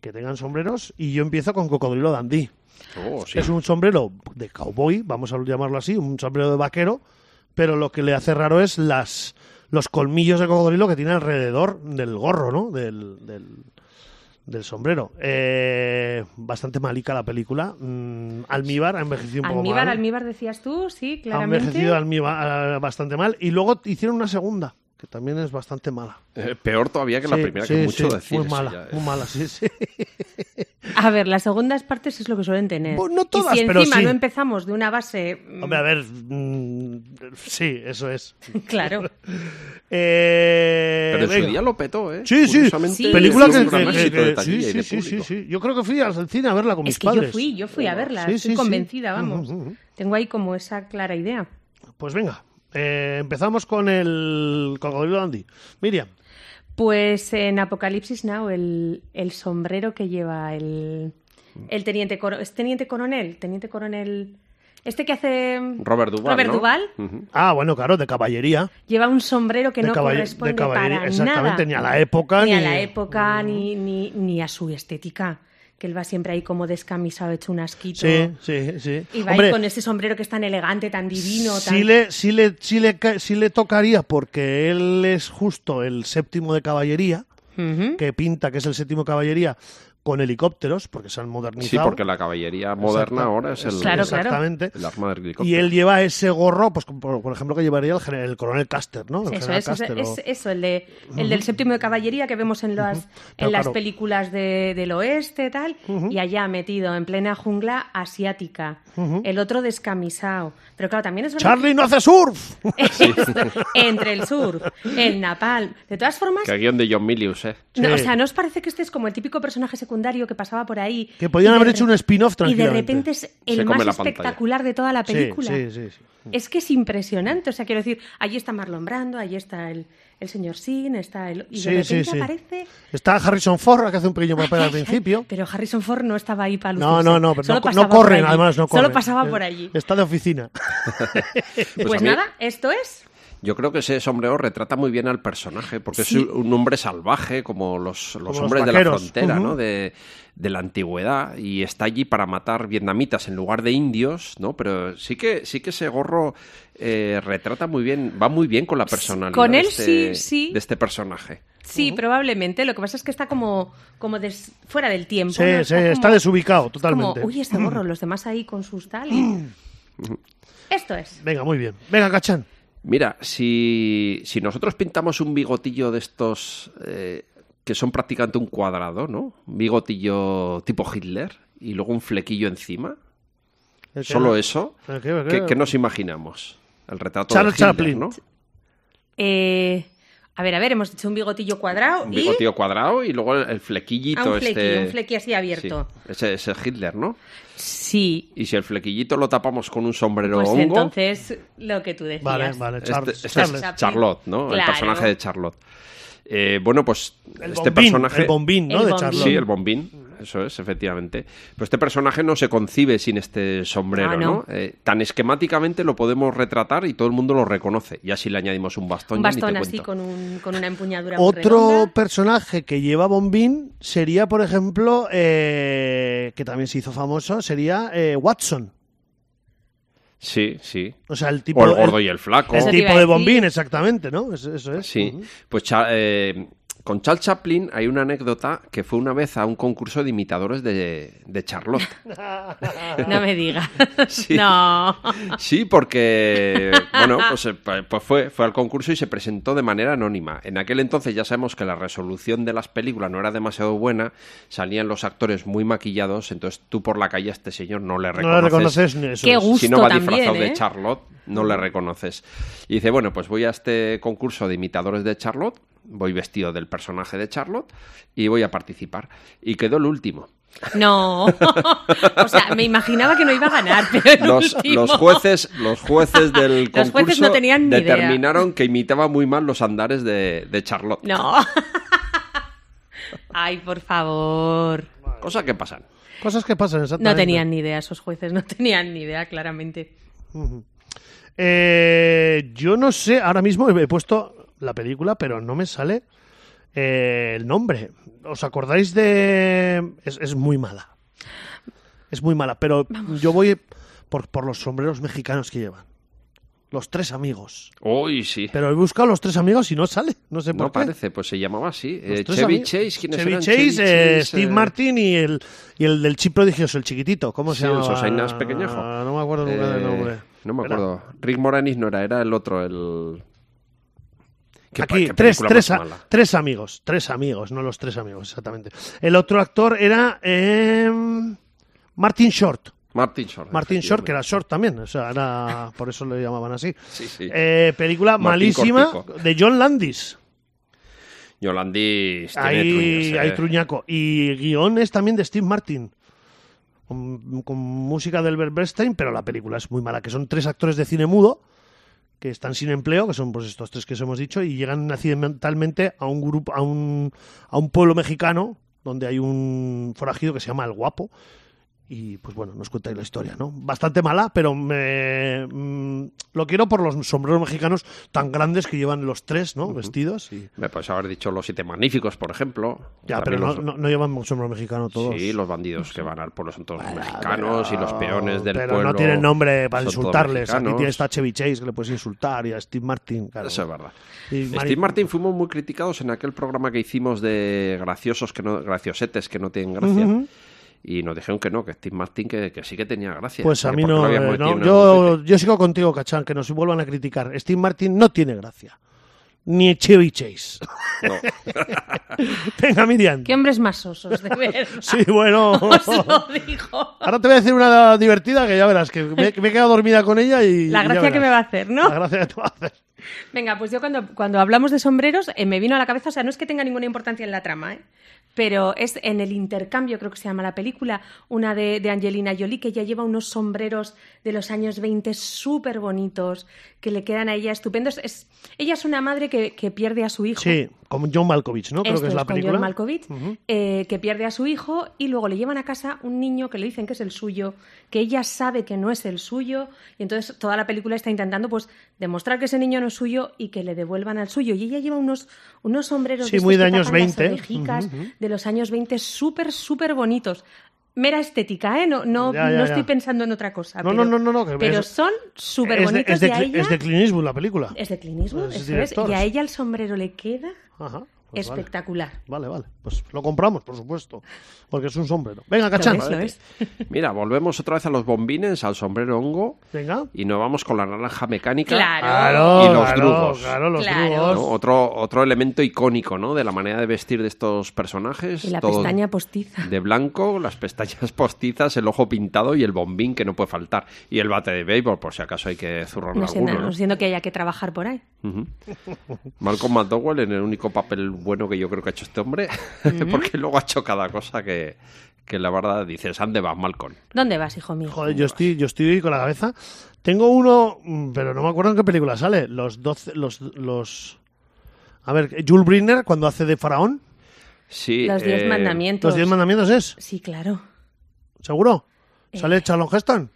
Speaker 1: que tengan sombreros y yo empiezo con Cocodrilo Dandy.
Speaker 2: Oh, sí.
Speaker 1: Es un sombrero de cowboy, vamos a llamarlo así, un sombrero de vaquero, pero lo que le hace raro es las los colmillos de cocodrilo que tiene alrededor del gorro, ¿no? Del, del- del sombrero. Eh, bastante malica la película. Mm, Almíbar ha envejecido un poco
Speaker 3: Almíbar,
Speaker 1: mal.
Speaker 3: almíbar decías tú, sí,
Speaker 1: ha
Speaker 3: claramente.
Speaker 1: envejecido Almíbar, eh, bastante mal. Y luego hicieron una segunda, que también es bastante mala.
Speaker 2: Eh, peor todavía que la
Speaker 1: Sí,
Speaker 2: primera,
Speaker 1: sí,
Speaker 2: que mucho
Speaker 1: sí,
Speaker 2: decir.
Speaker 1: Muy
Speaker 2: eso
Speaker 1: mala,
Speaker 2: ya es.
Speaker 1: muy mala, sí, sí.
Speaker 3: A ver, las segundas partes es lo que suelen tener.
Speaker 1: Pues no todas,
Speaker 3: y si
Speaker 1: pero
Speaker 3: encima
Speaker 1: sí.
Speaker 3: no empezamos de una base...
Speaker 1: [laughs]
Speaker 3: mm,
Speaker 1: Hombre, a ver, mm, sí, eso [laughs] es.
Speaker 3: Claro.
Speaker 1: Eh,
Speaker 2: Pero en su
Speaker 1: venga.
Speaker 2: día lo petó, ¿eh?
Speaker 1: Sí, sí.
Speaker 2: Curiosamente,
Speaker 3: Sí.
Speaker 1: Película
Speaker 2: fue
Speaker 1: que,
Speaker 2: un gran
Speaker 1: que- que-
Speaker 2: éxito de
Speaker 1: que- sí,
Speaker 2: taquilla y
Speaker 1: sí,
Speaker 2: de
Speaker 1: sí, sí,
Speaker 2: público.
Speaker 1: sí. Yo creo que fui al cine a verla con mis
Speaker 3: Es que
Speaker 1: padres.
Speaker 3: yo fui, yo fui a verla,
Speaker 1: Sí, sí,
Speaker 3: estoy
Speaker 1: sí.
Speaker 3: convencida, vamos.
Speaker 1: Ujú, ujú.
Speaker 3: Tengo ahí como esa clara idea.
Speaker 1: Pues venga, eh, empezamos con el cocodrilo Andy. Miriam,
Speaker 3: Pues en Apocalipsis Now, el, el sombrero que lleva el, el teniente coronel. ¿Es teniente coronel? Teniente coronel. Este que hace.
Speaker 2: Robert Duvall,
Speaker 3: Robert
Speaker 2: ¿no?
Speaker 3: Duvall
Speaker 2: Ujú.
Speaker 1: ah, bueno, claro, de caballería.
Speaker 3: lleva un sombrero que
Speaker 1: de
Speaker 3: no
Speaker 1: caballe-
Speaker 3: corresponde
Speaker 1: de caballería,
Speaker 3: para
Speaker 1: exactamente,
Speaker 3: nada.
Speaker 1: ni a la época,
Speaker 3: ni,
Speaker 1: ni-
Speaker 3: a
Speaker 1: Mm.
Speaker 3: la época, ni, ni, ni a su estética. Que él va siempre ahí como descamisado, hecho un asquito.
Speaker 1: Sí, sí, sí.
Speaker 3: Y va ahí con ese sombrero que es tan elegante, tan divino.
Speaker 1: sí,
Speaker 3: tan...
Speaker 1: le, sí, le, sí le ca- sí le tocaría porque él es justo el séptimo de caballería,
Speaker 3: Ujú.
Speaker 1: que pinta que es el séptimo de caballería con helicópteros, porque se han
Speaker 2: Sí,
Speaker 1: modernizado.
Speaker 2: porque la caballería moderna
Speaker 1: Exacta-
Speaker 2: ahora es el,
Speaker 3: Claro, claro.
Speaker 1: Exactamente.
Speaker 2: el arma del
Speaker 1: Y
Speaker 2: helicóptero.
Speaker 1: él lleva ese gorro, pues como por, por ejemplo que llevaría el, gener- el coronel Caster, ¿no? El
Speaker 3: Eso
Speaker 1: general
Speaker 3: es, es-
Speaker 1: Custer,
Speaker 3: es
Speaker 1: o-
Speaker 3: eso, el, de, el del séptimo de caballería que vemos en las,
Speaker 1: Pero
Speaker 3: en las
Speaker 1: claro.
Speaker 3: películas de- del oeste, tal, y allá metido en plena jungla asiática. El otro descamisado. Pero claro, también es verdad [laughs]
Speaker 1: Charlie no hace surf. [laughs]
Speaker 3: que- [laughs] entre el sur, el napalm. De todas formas,
Speaker 2: Que guión de John Milius, ¿eh?
Speaker 3: no,
Speaker 1: Sí.
Speaker 3: o sea, ¿no os parece que este es como el típico personaje secundario que pasaba por ahí?
Speaker 1: Que podían
Speaker 3: y de
Speaker 1: haber
Speaker 3: re-
Speaker 1: hecho un spin-off
Speaker 3: Y de
Speaker 1: tranquilamente.
Speaker 3: repente es
Speaker 2: Se
Speaker 3: el
Speaker 2: come
Speaker 3: más
Speaker 2: la pantalla.
Speaker 3: espectacular de toda la
Speaker 1: Sí,
Speaker 3: película.
Speaker 1: sí, sí, sí.
Speaker 3: Es que es impresionante. O sea, quiero decir, allí está Marlon Brando, allí está el, el señor Sin, está el. Y
Speaker 1: Sí,
Speaker 3: de
Speaker 1: sí,
Speaker 3: repente
Speaker 1: sí.
Speaker 3: aparece.
Speaker 1: Está Harrison Ford, que hace un pequeño papel al principio.
Speaker 3: Pero Harrison Ford no estaba ahí para
Speaker 1: No,
Speaker 3: lucirse.
Speaker 1: no, no, pero
Speaker 3: Solo
Speaker 1: no,
Speaker 3: pasaba
Speaker 1: no corren,
Speaker 3: por allí.
Speaker 1: además no corren.
Speaker 3: Solo pasaba
Speaker 1: Eh,
Speaker 3: por allí.
Speaker 1: Está de oficina.
Speaker 3: Pues,
Speaker 2: a mí-
Speaker 3: nada, esto es.
Speaker 2: Yo creo que ese sombrero retrata muy bien al personaje, porque
Speaker 3: Sí.
Speaker 2: es un hombre salvaje, como los, los
Speaker 1: los
Speaker 2: hombres de la
Speaker 1: vaqueros.
Speaker 2: frontera,
Speaker 1: Ujú.
Speaker 2: ¿no? De, de la antigüedad, y está allí para matar vietnamitas en lugar de indios, ¿no? Pero sí que, sí que ese gorro eh, retrata muy bien, va muy bien con la personalidad
Speaker 3: Pues, Con
Speaker 2: de
Speaker 3: él
Speaker 2: este-
Speaker 3: sí, sí.
Speaker 2: de este personaje.
Speaker 3: Sí, probablemente. Lo que pasa es que está como, como des- fuera del tiempo.
Speaker 1: Sí,
Speaker 3: ¿no?
Speaker 1: sí,
Speaker 3: como-
Speaker 1: está desubicado
Speaker 3: Como,
Speaker 1: totalmente.
Speaker 3: uy, este gorro, los demás ahí con sus tal. y- Esto es.
Speaker 1: Venga, muy bien. Venga, Cachán.
Speaker 2: Mira, si, si nosotros pintamos un bigotillo de estos eh, que son prácticamente un cuadrado, ¿no? Un bigotillo tipo Hitler y luego un flequillo encima,
Speaker 1: El que-
Speaker 2: solo eso,
Speaker 1: el que- el que-
Speaker 2: ¿qué, qué nos imaginamos? El retrato
Speaker 1: Charles
Speaker 2: de Hitler,
Speaker 1: Chaplin.
Speaker 2: ¿no?
Speaker 3: Eh, a ver, a ver, hemos dicho un bigotillo cuadrado
Speaker 2: Un
Speaker 3: y.
Speaker 2: bigotillo cuadrado y luego el, el
Speaker 3: Ah,
Speaker 2: flequillito
Speaker 3: un flequi,
Speaker 2: este...
Speaker 3: un flequi así abierto.
Speaker 2: Sí, ese ese es Hitler, ¿no?
Speaker 3: Sí,
Speaker 2: Y si el flequillito lo tapamos con un sombrero
Speaker 3: pues
Speaker 2: hongo,
Speaker 3: entonces lo que tú decías.
Speaker 1: Vale, vale,
Speaker 2: este-
Speaker 1: Charles.
Speaker 2: este es
Speaker 1: Charles.
Speaker 3: Chaplin.
Speaker 2: Charlotte, ¿no? El
Speaker 3: Claro.
Speaker 2: personaje de Charlotte. Eh, bueno, pues
Speaker 1: El
Speaker 2: este
Speaker 1: bombín,
Speaker 2: personaje...
Speaker 1: el bombín, ¿no?
Speaker 3: El
Speaker 1: de
Speaker 3: bombín.
Speaker 1: Charlotte.
Speaker 2: Sí, el bombín, eso es, efectivamente. Pero este personaje no se concibe sin este sombrero,
Speaker 3: Ah,
Speaker 2: ¿no?
Speaker 3: no.
Speaker 2: Eh, tan esquemáticamente lo podemos retratar y todo el mundo lo reconoce. Ya si le añadimos un bastón,
Speaker 3: Un
Speaker 2: ya ni te
Speaker 3: bastón así
Speaker 2: cuento.
Speaker 3: con, un- con una empuñadura. muy
Speaker 1: Otro
Speaker 3: redonda.
Speaker 1: personaje que lleva bombín sería, por ejemplo, eh, que también se hizo famoso, sería eh, Watson.
Speaker 2: Sí, sí.
Speaker 1: O sea, el tipo.
Speaker 2: o el gordo y el flaco.
Speaker 1: El
Speaker 3: Eso te iba
Speaker 1: tipo
Speaker 3: a
Speaker 1: de
Speaker 3: decir.
Speaker 1: bombín, exactamente, ¿no? Es- Eso, es.
Speaker 2: Sí.
Speaker 1: Ujú.
Speaker 2: Pues Cha- eh, con Charles Chaplin hay una anécdota que fue una vez a un concurso de imitadores de, de Charlotte.
Speaker 3: Ah, No me digas.
Speaker 2: [laughs] Sí.
Speaker 3: No.
Speaker 2: Sí, porque bueno, pues, eh, pa- pues fue, fue al concurso y se presentó de manera anónima. En aquel entonces ya sabemos que la resolución de las películas no era demasiado buena, salían los actores muy maquillados, entonces tú por la calle a este señor no le
Speaker 1: No le
Speaker 2: reconoces.
Speaker 1: reconoces ni eso.
Speaker 3: Qué
Speaker 1: es.
Speaker 3: gusto.
Speaker 2: si no va
Speaker 3: también,
Speaker 2: disfrazado
Speaker 3: ¿eh?
Speaker 2: de Charlotte, no le reconoces. Y dice, bueno, pues voy a este concurso de imitadores de Charlotte, voy vestido del personaje de Charlotte y voy a participar. Y quedó el último. [laughs]
Speaker 3: No. O sea, me imaginaba que no iba a ganar, [laughs] pero el
Speaker 2: los,
Speaker 3: último.
Speaker 2: los jueces los jueces del
Speaker 3: [laughs] Los jueces
Speaker 2: concurso
Speaker 3: no tenían ni idea.
Speaker 2: determinaron que imitaba muy mal los andares de, de Charlotte
Speaker 3: No. [laughs] Ay, por favor.
Speaker 2: Cosas que pasan.
Speaker 1: Cosas que pasan
Speaker 3: No
Speaker 1: exactamente.
Speaker 3: tenían ni idea, esos jueces no tenían ni idea, claramente.
Speaker 1: Eh, yo no sé, ahora mismo he puesto la película, pero no me sale eh, el nombre. ¿Os acordáis de...? Es, es muy mala. Es muy mala, pero yo voy por, por los sombreros mexicanos que llevan. Los tres amigos.
Speaker 2: Uy, sí.
Speaker 1: Pero he buscado los tres amigos y no sale. No sé por
Speaker 2: No
Speaker 1: qué.
Speaker 2: parece, pues se llamaba así.
Speaker 1: Los
Speaker 2: Eh,
Speaker 1: tres
Speaker 2: Chevy
Speaker 1: amigos.
Speaker 2: Chase, ¿quiénes
Speaker 1: Chevy
Speaker 2: eran?
Speaker 1: Chase, eh,
Speaker 2: Chase,
Speaker 1: Steve
Speaker 2: eh,
Speaker 1: Martin y el, y el del chip prodigioso, el chiquitito. ¿Cómo
Speaker 2: Sí,
Speaker 1: se
Speaker 2: el
Speaker 1: llama?
Speaker 2: Sosainas pequeñajo.
Speaker 1: No me acuerdo nunca del
Speaker 2: eh,
Speaker 1: nombre.
Speaker 2: No me
Speaker 1: Espera.
Speaker 2: acuerdo. Rick Moranis no era, era el otro, el... ¿Qué pa-
Speaker 1: Aquí,
Speaker 2: qué
Speaker 1: tres,
Speaker 2: película
Speaker 1: tres,
Speaker 2: más
Speaker 1: a-
Speaker 2: mala?
Speaker 1: tres amigos, tres amigos, no los tres amigos, exactamente. El otro actor era eh, Martin Short.
Speaker 2: Martin Short.
Speaker 1: Martin Short, que
Speaker 2: Ah, efectivamente.
Speaker 1: era Short también, o sea, era, por eso le llamaban así.
Speaker 2: Sí, sí.
Speaker 1: Eh, película
Speaker 2: Martin
Speaker 1: malísima
Speaker 2: Cortico.
Speaker 1: de John Landis.
Speaker 2: Yolandis tiene
Speaker 1: Ahí,
Speaker 2: truños, eh.
Speaker 1: ahí truñaco. Y guión es también de Steve Martin. Con, con música del Bernstein, pero la película es muy mala. Que son tres actores de cine mudo que están sin empleo, que son pues estos tres que os hemos dicho, y llegan accidentalmente a un grupo, a un, a un pueblo mexicano donde hay un forajido que se llama El Guapo. Y pues bueno, nos cuenta ahí la historia, ¿no? Bastante mala, pero me, mm, lo quiero por los sombreros mexicanos tan grandes que llevan los tres, ¿no? Vestidos. Y,
Speaker 2: Me puedes haber dicho Los Siete Magníficos, por ejemplo.
Speaker 1: ya,
Speaker 2: También
Speaker 1: pero no,
Speaker 2: los-
Speaker 1: no- no llevan un sombrero mexicano todos. Ah,
Speaker 2: Sí, los bandidos que van al pueblo son todos mexicanos y los peones del
Speaker 1: pero
Speaker 2: pueblo.
Speaker 1: no tienen nombre para
Speaker 2: son todos
Speaker 1: insultarles. Aquí
Speaker 2: mexicanos.
Speaker 1: tiene esta Chevy Chase que le puedes insultar y a Steve Martin. claro.
Speaker 2: Eso es verdad.
Speaker 1: Y Mari-
Speaker 2: Steve Martin fuimos muy criticados en aquel programa que hicimos de graciosos que no, graciosetes que no tienen gracia. Y nos dijeron que no, que Steve Martin que, que sí que tenía gracia.
Speaker 1: Pues a
Speaker 2: que
Speaker 1: mí
Speaker 2: porque
Speaker 1: no.
Speaker 2: lo habían
Speaker 1: eh,
Speaker 2: metido
Speaker 1: no,
Speaker 2: en el
Speaker 1: yo,
Speaker 2: bufete.
Speaker 1: yo sigo contigo, Cachán, que nos vuelvan a criticar. Steve Martin no tiene gracia. Ni Chevy Chase. [laughs]
Speaker 2: No.
Speaker 1: Venga, Miriam.
Speaker 3: Qué hombres más
Speaker 1: [laughs]
Speaker 3: sosos, de verdad.
Speaker 1: Sí,
Speaker 3: [laughs]
Speaker 1: bueno.
Speaker 3: Os lo digo.
Speaker 1: Ahora te voy a decir una divertida que ya verás, que me, que me he quedado dormida con ella y.
Speaker 3: La
Speaker 1: y ya
Speaker 3: gracia que
Speaker 1: verás.
Speaker 3: me va a hacer, ¿no?
Speaker 1: La gracia que te va a hacer.
Speaker 3: Venga, pues yo cuando, cuando hablamos de sombreros eh, me vino a la cabeza, o sea, no es que tenga ninguna importancia en la trama, ¿eh? pero es en el intercambio, creo que se llama la película, una de, de Angelina Jolie, que ya lleva unos sombreros de los años 20 súper bonitos, que le quedan a ella estupendos. Es, ella es una madre que, que pierde a su hijo.
Speaker 1: Sí, como John Malkovich, ¿no? Creo
Speaker 3: Esto
Speaker 1: que es la
Speaker 3: con John
Speaker 1: película.
Speaker 3: Malkovich,
Speaker 1: Ujú.
Speaker 3: eh, que pierde a su hijo y luego le llevan a casa un niño que le dicen que es el suyo, que ella sabe que no es el suyo y entonces toda la película está intentando pues demostrar que ese niño no es suyo y que le devuelvan al suyo y ella lleva unos unos sombreros
Speaker 1: Sí,
Speaker 3: estos
Speaker 1: muy de
Speaker 3: que
Speaker 1: años
Speaker 3: tapan las
Speaker 1: 20.
Speaker 3: orejicas
Speaker 1: Ujú, ujú.
Speaker 3: de los años 20 súper súper bonitos. Mera estética, ¿eh? No, no,
Speaker 1: Ya, ya,
Speaker 3: no
Speaker 1: ya.
Speaker 3: estoy pensando en otra cosa.
Speaker 1: No,
Speaker 3: pero,
Speaker 1: no, no, no, no, que
Speaker 3: pero
Speaker 1: es-
Speaker 3: son súper
Speaker 1: Es de-
Speaker 3: bonitos
Speaker 1: es de,
Speaker 3: y a
Speaker 1: Cli-
Speaker 3: ella...
Speaker 1: es de Clint Eastwood la película.
Speaker 3: es de Clint Eastwood,
Speaker 1: Es
Speaker 3: eso es,
Speaker 1: director.
Speaker 3: y a ella el sombrero le queda
Speaker 1: Ajá, pues vale.
Speaker 3: espectacular.
Speaker 1: Vale. vale, Pues lo compramos, por supuesto. Porque es un sombrero. Venga,
Speaker 3: Lo
Speaker 1: cachán.
Speaker 3: es, lo es.
Speaker 2: Mira, volvemos otra vez a los bombines, al sombrero hongo
Speaker 1: Venga.
Speaker 2: y nos vamos con la naranja mecánica.
Speaker 3: Claro.
Speaker 1: Claro,
Speaker 2: Y los
Speaker 1: claro,
Speaker 2: drugos.
Speaker 1: Claro, los
Speaker 3: Claro.
Speaker 1: drugos.
Speaker 2: ¿no? Otro, otro elemento icónico, ¿no? De la manera de vestir de estos personajes.
Speaker 3: Y la
Speaker 2: todo
Speaker 3: pestaña postiza.
Speaker 2: De blanco, las pestañas [laughs] postizas, el ojo pintado y el bombín que no puede faltar. Y el bate de béisbol, por si acaso hay que zurrar
Speaker 3: No siendo,
Speaker 2: alguno. ¿no?
Speaker 3: no siendo que haya que trabajar por ahí.
Speaker 2: Malcolm McDowell en el único papel bueno que yo creo que ha hecho este hombre, [laughs] porque luego ha hecho cada cosa que, que la verdad dices, ¿ande vas, Malcolm?
Speaker 3: ¿Dónde vas, hijo mío?
Speaker 1: Joder, yo estoy, yo estoy con la cabeza. Tengo uno, mm, pero no me acuerdo en qué película sale. Los 12, los, los... A ver, Jules Briner cuando hace de faraón.
Speaker 2: Sí,
Speaker 3: Los diez
Speaker 2: eh,
Speaker 3: mandamientos.
Speaker 1: Los 10 mandamientos es,
Speaker 3: Sí, claro.
Speaker 1: seguro. ¿Sale Charlon Heston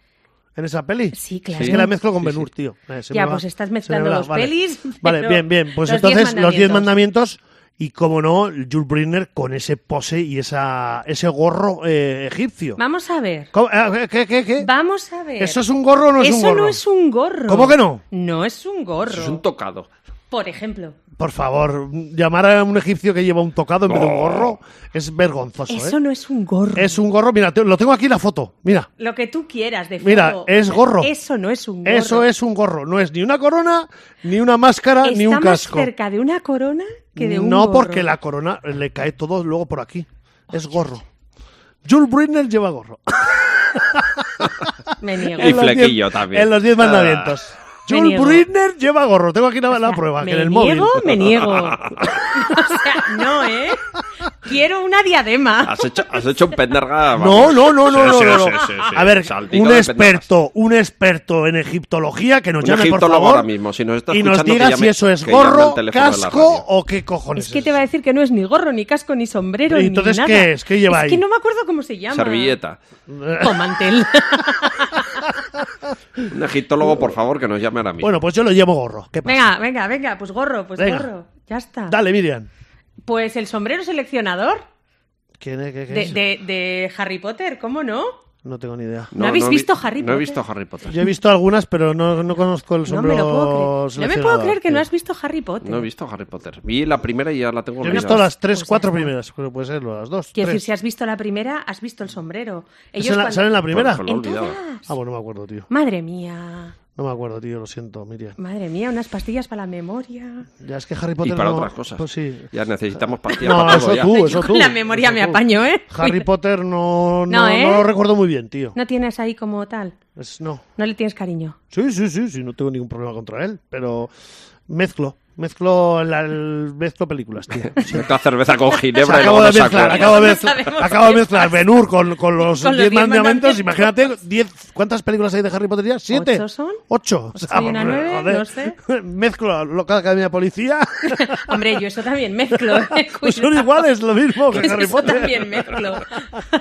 Speaker 1: en esa peli?
Speaker 3: Eh. Sí, claro.
Speaker 1: Es que la mezclo con
Speaker 2: Sí,
Speaker 1: Benur, tío. Eh, se
Speaker 3: Ya,
Speaker 1: me va-
Speaker 3: pues estás
Speaker 1: se me
Speaker 3: mezclando
Speaker 1: va,
Speaker 3: los
Speaker 1: vale.
Speaker 3: pelis,
Speaker 1: [laughs] Vale,
Speaker 3: pero
Speaker 1: bien, bien. Pues
Speaker 3: los diez
Speaker 1: entonces, los 10
Speaker 3: mandamientos.
Speaker 1: mandamientos y, como no, Jules Briner con ese pose y esa, ese gorro eh, egipcio.
Speaker 3: Vamos a ver.
Speaker 1: ¿Cómo? Eh, ¿Qué, qué, qué?
Speaker 3: Vamos a ver.
Speaker 1: ¿Eso es un gorro o no es un
Speaker 3: Eso
Speaker 1: gorro?
Speaker 3: no es un gorro.
Speaker 1: ¿Cómo que no?
Speaker 3: No es un gorro.
Speaker 2: Es un tocado.
Speaker 3: Por ejemplo.
Speaker 1: Por favor, llamar a un egipcio que lleva un tocado en vez de un gorro es vergonzoso.
Speaker 3: Eso
Speaker 1: ¿eh?
Speaker 3: no es un gorro.
Speaker 1: Es un gorro, mira, te- lo tengo aquí la foto, mira.
Speaker 3: Lo que tú quieras de
Speaker 1: Mira,
Speaker 3: foto.
Speaker 1: es gorro.
Speaker 3: Eso no es un gorro.
Speaker 1: Eso es un gorro, no es ni una corona, ni una máscara,
Speaker 3: Está
Speaker 1: ni un
Speaker 3: más
Speaker 1: casco.
Speaker 3: cerca de una corona que de un
Speaker 1: no,
Speaker 3: gorro.
Speaker 1: porque la corona le cae todo luego por aquí. Es gorro. Jules Briner lleva gorro.
Speaker 3: Me niego.
Speaker 2: Y
Speaker 1: En los [laughs]
Speaker 2: flequillo
Speaker 1: diez-
Speaker 2: también.
Speaker 1: En los 10
Speaker 2: Ah.
Speaker 1: mandamientos.
Speaker 3: Me
Speaker 1: Jules
Speaker 3: niego.
Speaker 1: Briner lleva gorro. Tengo aquí la, la prueba, que
Speaker 3: me
Speaker 1: en el
Speaker 3: niego,
Speaker 1: móvil. [laughs]
Speaker 3: me niego. [laughs] o sea, no, ¿eh? Quiero una diadema.
Speaker 2: Has hecho, has hecho un
Speaker 1: [laughs]
Speaker 2: penderga.
Speaker 1: No,
Speaker 2: vamos.
Speaker 1: no, no,
Speaker 2: Sí,
Speaker 1: no, no,
Speaker 2: sí,
Speaker 1: no,
Speaker 2: sí,
Speaker 1: no.
Speaker 2: sí, sí.
Speaker 1: A ver,
Speaker 2: Saltito
Speaker 1: un
Speaker 2: de
Speaker 1: experto, un experto en egiptología que nos
Speaker 2: Un
Speaker 1: llame por
Speaker 2: egiptólogo
Speaker 1: favor
Speaker 2: ahora mismo, si nos está
Speaker 1: y nos
Speaker 2: escuchando,
Speaker 1: diga
Speaker 2: que llame-
Speaker 1: si eso es
Speaker 2: que llame al
Speaker 1: gorro,
Speaker 2: teléfono de la
Speaker 1: casco
Speaker 2: radio.
Speaker 1: o qué cojones.
Speaker 3: Es que te va a decir que no es ni gorro, ni casco, ni sombrero,
Speaker 1: ¿Y
Speaker 3: ni
Speaker 1: entonces
Speaker 3: nada.
Speaker 1: qué es? ¿Qué lleva
Speaker 3: Es
Speaker 1: ahí?
Speaker 3: que no me acuerdo cómo se llama.
Speaker 2: Servilleta.
Speaker 3: O
Speaker 1: [laughs]
Speaker 3: mantel.
Speaker 2: Un egiptólogo, por favor, que nos llame ahora mismo.
Speaker 1: Bueno, pues yo lo llevo gorro. ¿Qué pasa?
Speaker 3: venga, venga, venga, pues gorro, pues
Speaker 1: Venga.
Speaker 3: gorro. Ya está.
Speaker 1: Dale, Miriam.
Speaker 3: Pues el sombrero seleccionador
Speaker 1: ¿Quién es? ¿Qué- qué
Speaker 3: de,
Speaker 1: es?
Speaker 3: de- de Harry Potter, ¿cómo no?
Speaker 1: No tengo ni idea.
Speaker 3: ¿No habéis
Speaker 2: vi-
Speaker 3: visto Harry
Speaker 2: No he
Speaker 3: Potter?
Speaker 2: visto Harry Potter.
Speaker 1: Yo he visto algunas, pero no, no conozco el
Speaker 3: No
Speaker 1: sombrero
Speaker 3: me lo puedo creer. No me puedo
Speaker 1: seleccionador.
Speaker 3: creer que
Speaker 1: Sí.
Speaker 3: no has visto Harry Potter.
Speaker 2: No he visto Harry Potter. Vi la primera y ya la tengo
Speaker 1: Yo he
Speaker 2: olvidada.
Speaker 1: visto las tres,
Speaker 3: Pues ya
Speaker 1: cuatro
Speaker 3: está.
Speaker 1: primeras. Pero puede ser las dos.
Speaker 3: Quiero
Speaker 1: tres.
Speaker 3: decir, si has visto la primera, has visto el sombrero. Ellos
Speaker 1: ¿Sale-
Speaker 3: cuando-
Speaker 1: ¿Sale en la primera?
Speaker 2: Por- por
Speaker 3: ¿En
Speaker 2: Lo he olvidado.
Speaker 3: todas?
Speaker 1: Ah, bueno, no me acuerdo, tío.
Speaker 3: Madre mía.
Speaker 1: No me acuerdo, tío. Lo siento, Miriam.
Speaker 3: Madre mía, unas pastillas para la memoria.
Speaker 1: Ya es que Harry
Speaker 2: Y
Speaker 1: Potter
Speaker 2: para
Speaker 1: no-
Speaker 2: otras cosas.
Speaker 1: Pues sí. [laughs]
Speaker 2: Ya necesitamos pastillas
Speaker 1: No,
Speaker 2: para todo
Speaker 1: eso
Speaker 2: ya. [laughs]
Speaker 1: tú, eso
Speaker 3: Yo
Speaker 1: tú.
Speaker 3: con la memoria
Speaker 1: eso
Speaker 3: me
Speaker 1: tú.
Speaker 3: apaño, ¿eh?
Speaker 1: Harry Potter no, no,
Speaker 3: No, ¿eh?
Speaker 1: no lo recuerdo muy bien, tío.
Speaker 3: [laughs] No tienes ahí como tal.
Speaker 1: Es- no.
Speaker 3: No le tienes
Speaker 1: [laughs]
Speaker 3: cariño.
Speaker 1: Sí, sí, sí, sí, no tengo ningún problema contra él, pero mezclo, mezclo, la- el- mezclo películas, tío.
Speaker 2: [laughs]
Speaker 1: Sí.
Speaker 2: Esta cerveza con
Speaker 1: O sea,
Speaker 2: ginebra y
Speaker 1: acabo
Speaker 2: luego
Speaker 1: de
Speaker 2: no se
Speaker 1: mezclar,
Speaker 2: acuerda.
Speaker 1: acabo de
Speaker 3: No
Speaker 1: mezclar,
Speaker 3: sabemos
Speaker 1: acabo de
Speaker 3: qué
Speaker 1: mezclar Benur con, con los
Speaker 3: Con los
Speaker 1: 10
Speaker 3: diez
Speaker 1: mandamientos.
Speaker 3: mandamientos.
Speaker 1: Imagínate, 10 ¿cuántas películas hay de Harry Potter ya? ¿Siete?
Speaker 3: ¿Ocho son?
Speaker 1: ¿Ocho? Ah,
Speaker 3: Ocho y una nueve, no sé.
Speaker 1: [laughs] Mezclo local academia de policía.
Speaker 3: [laughs] Hombre, yo eso también mezclo. ¿eh?
Speaker 1: Pues son
Speaker 3: Cuidado.
Speaker 1: iguales, lo mismo
Speaker 3: [laughs]
Speaker 1: que
Speaker 3: Pues
Speaker 1: Harry
Speaker 3: eso
Speaker 1: Potter.
Speaker 3: también mezclo. [laughs]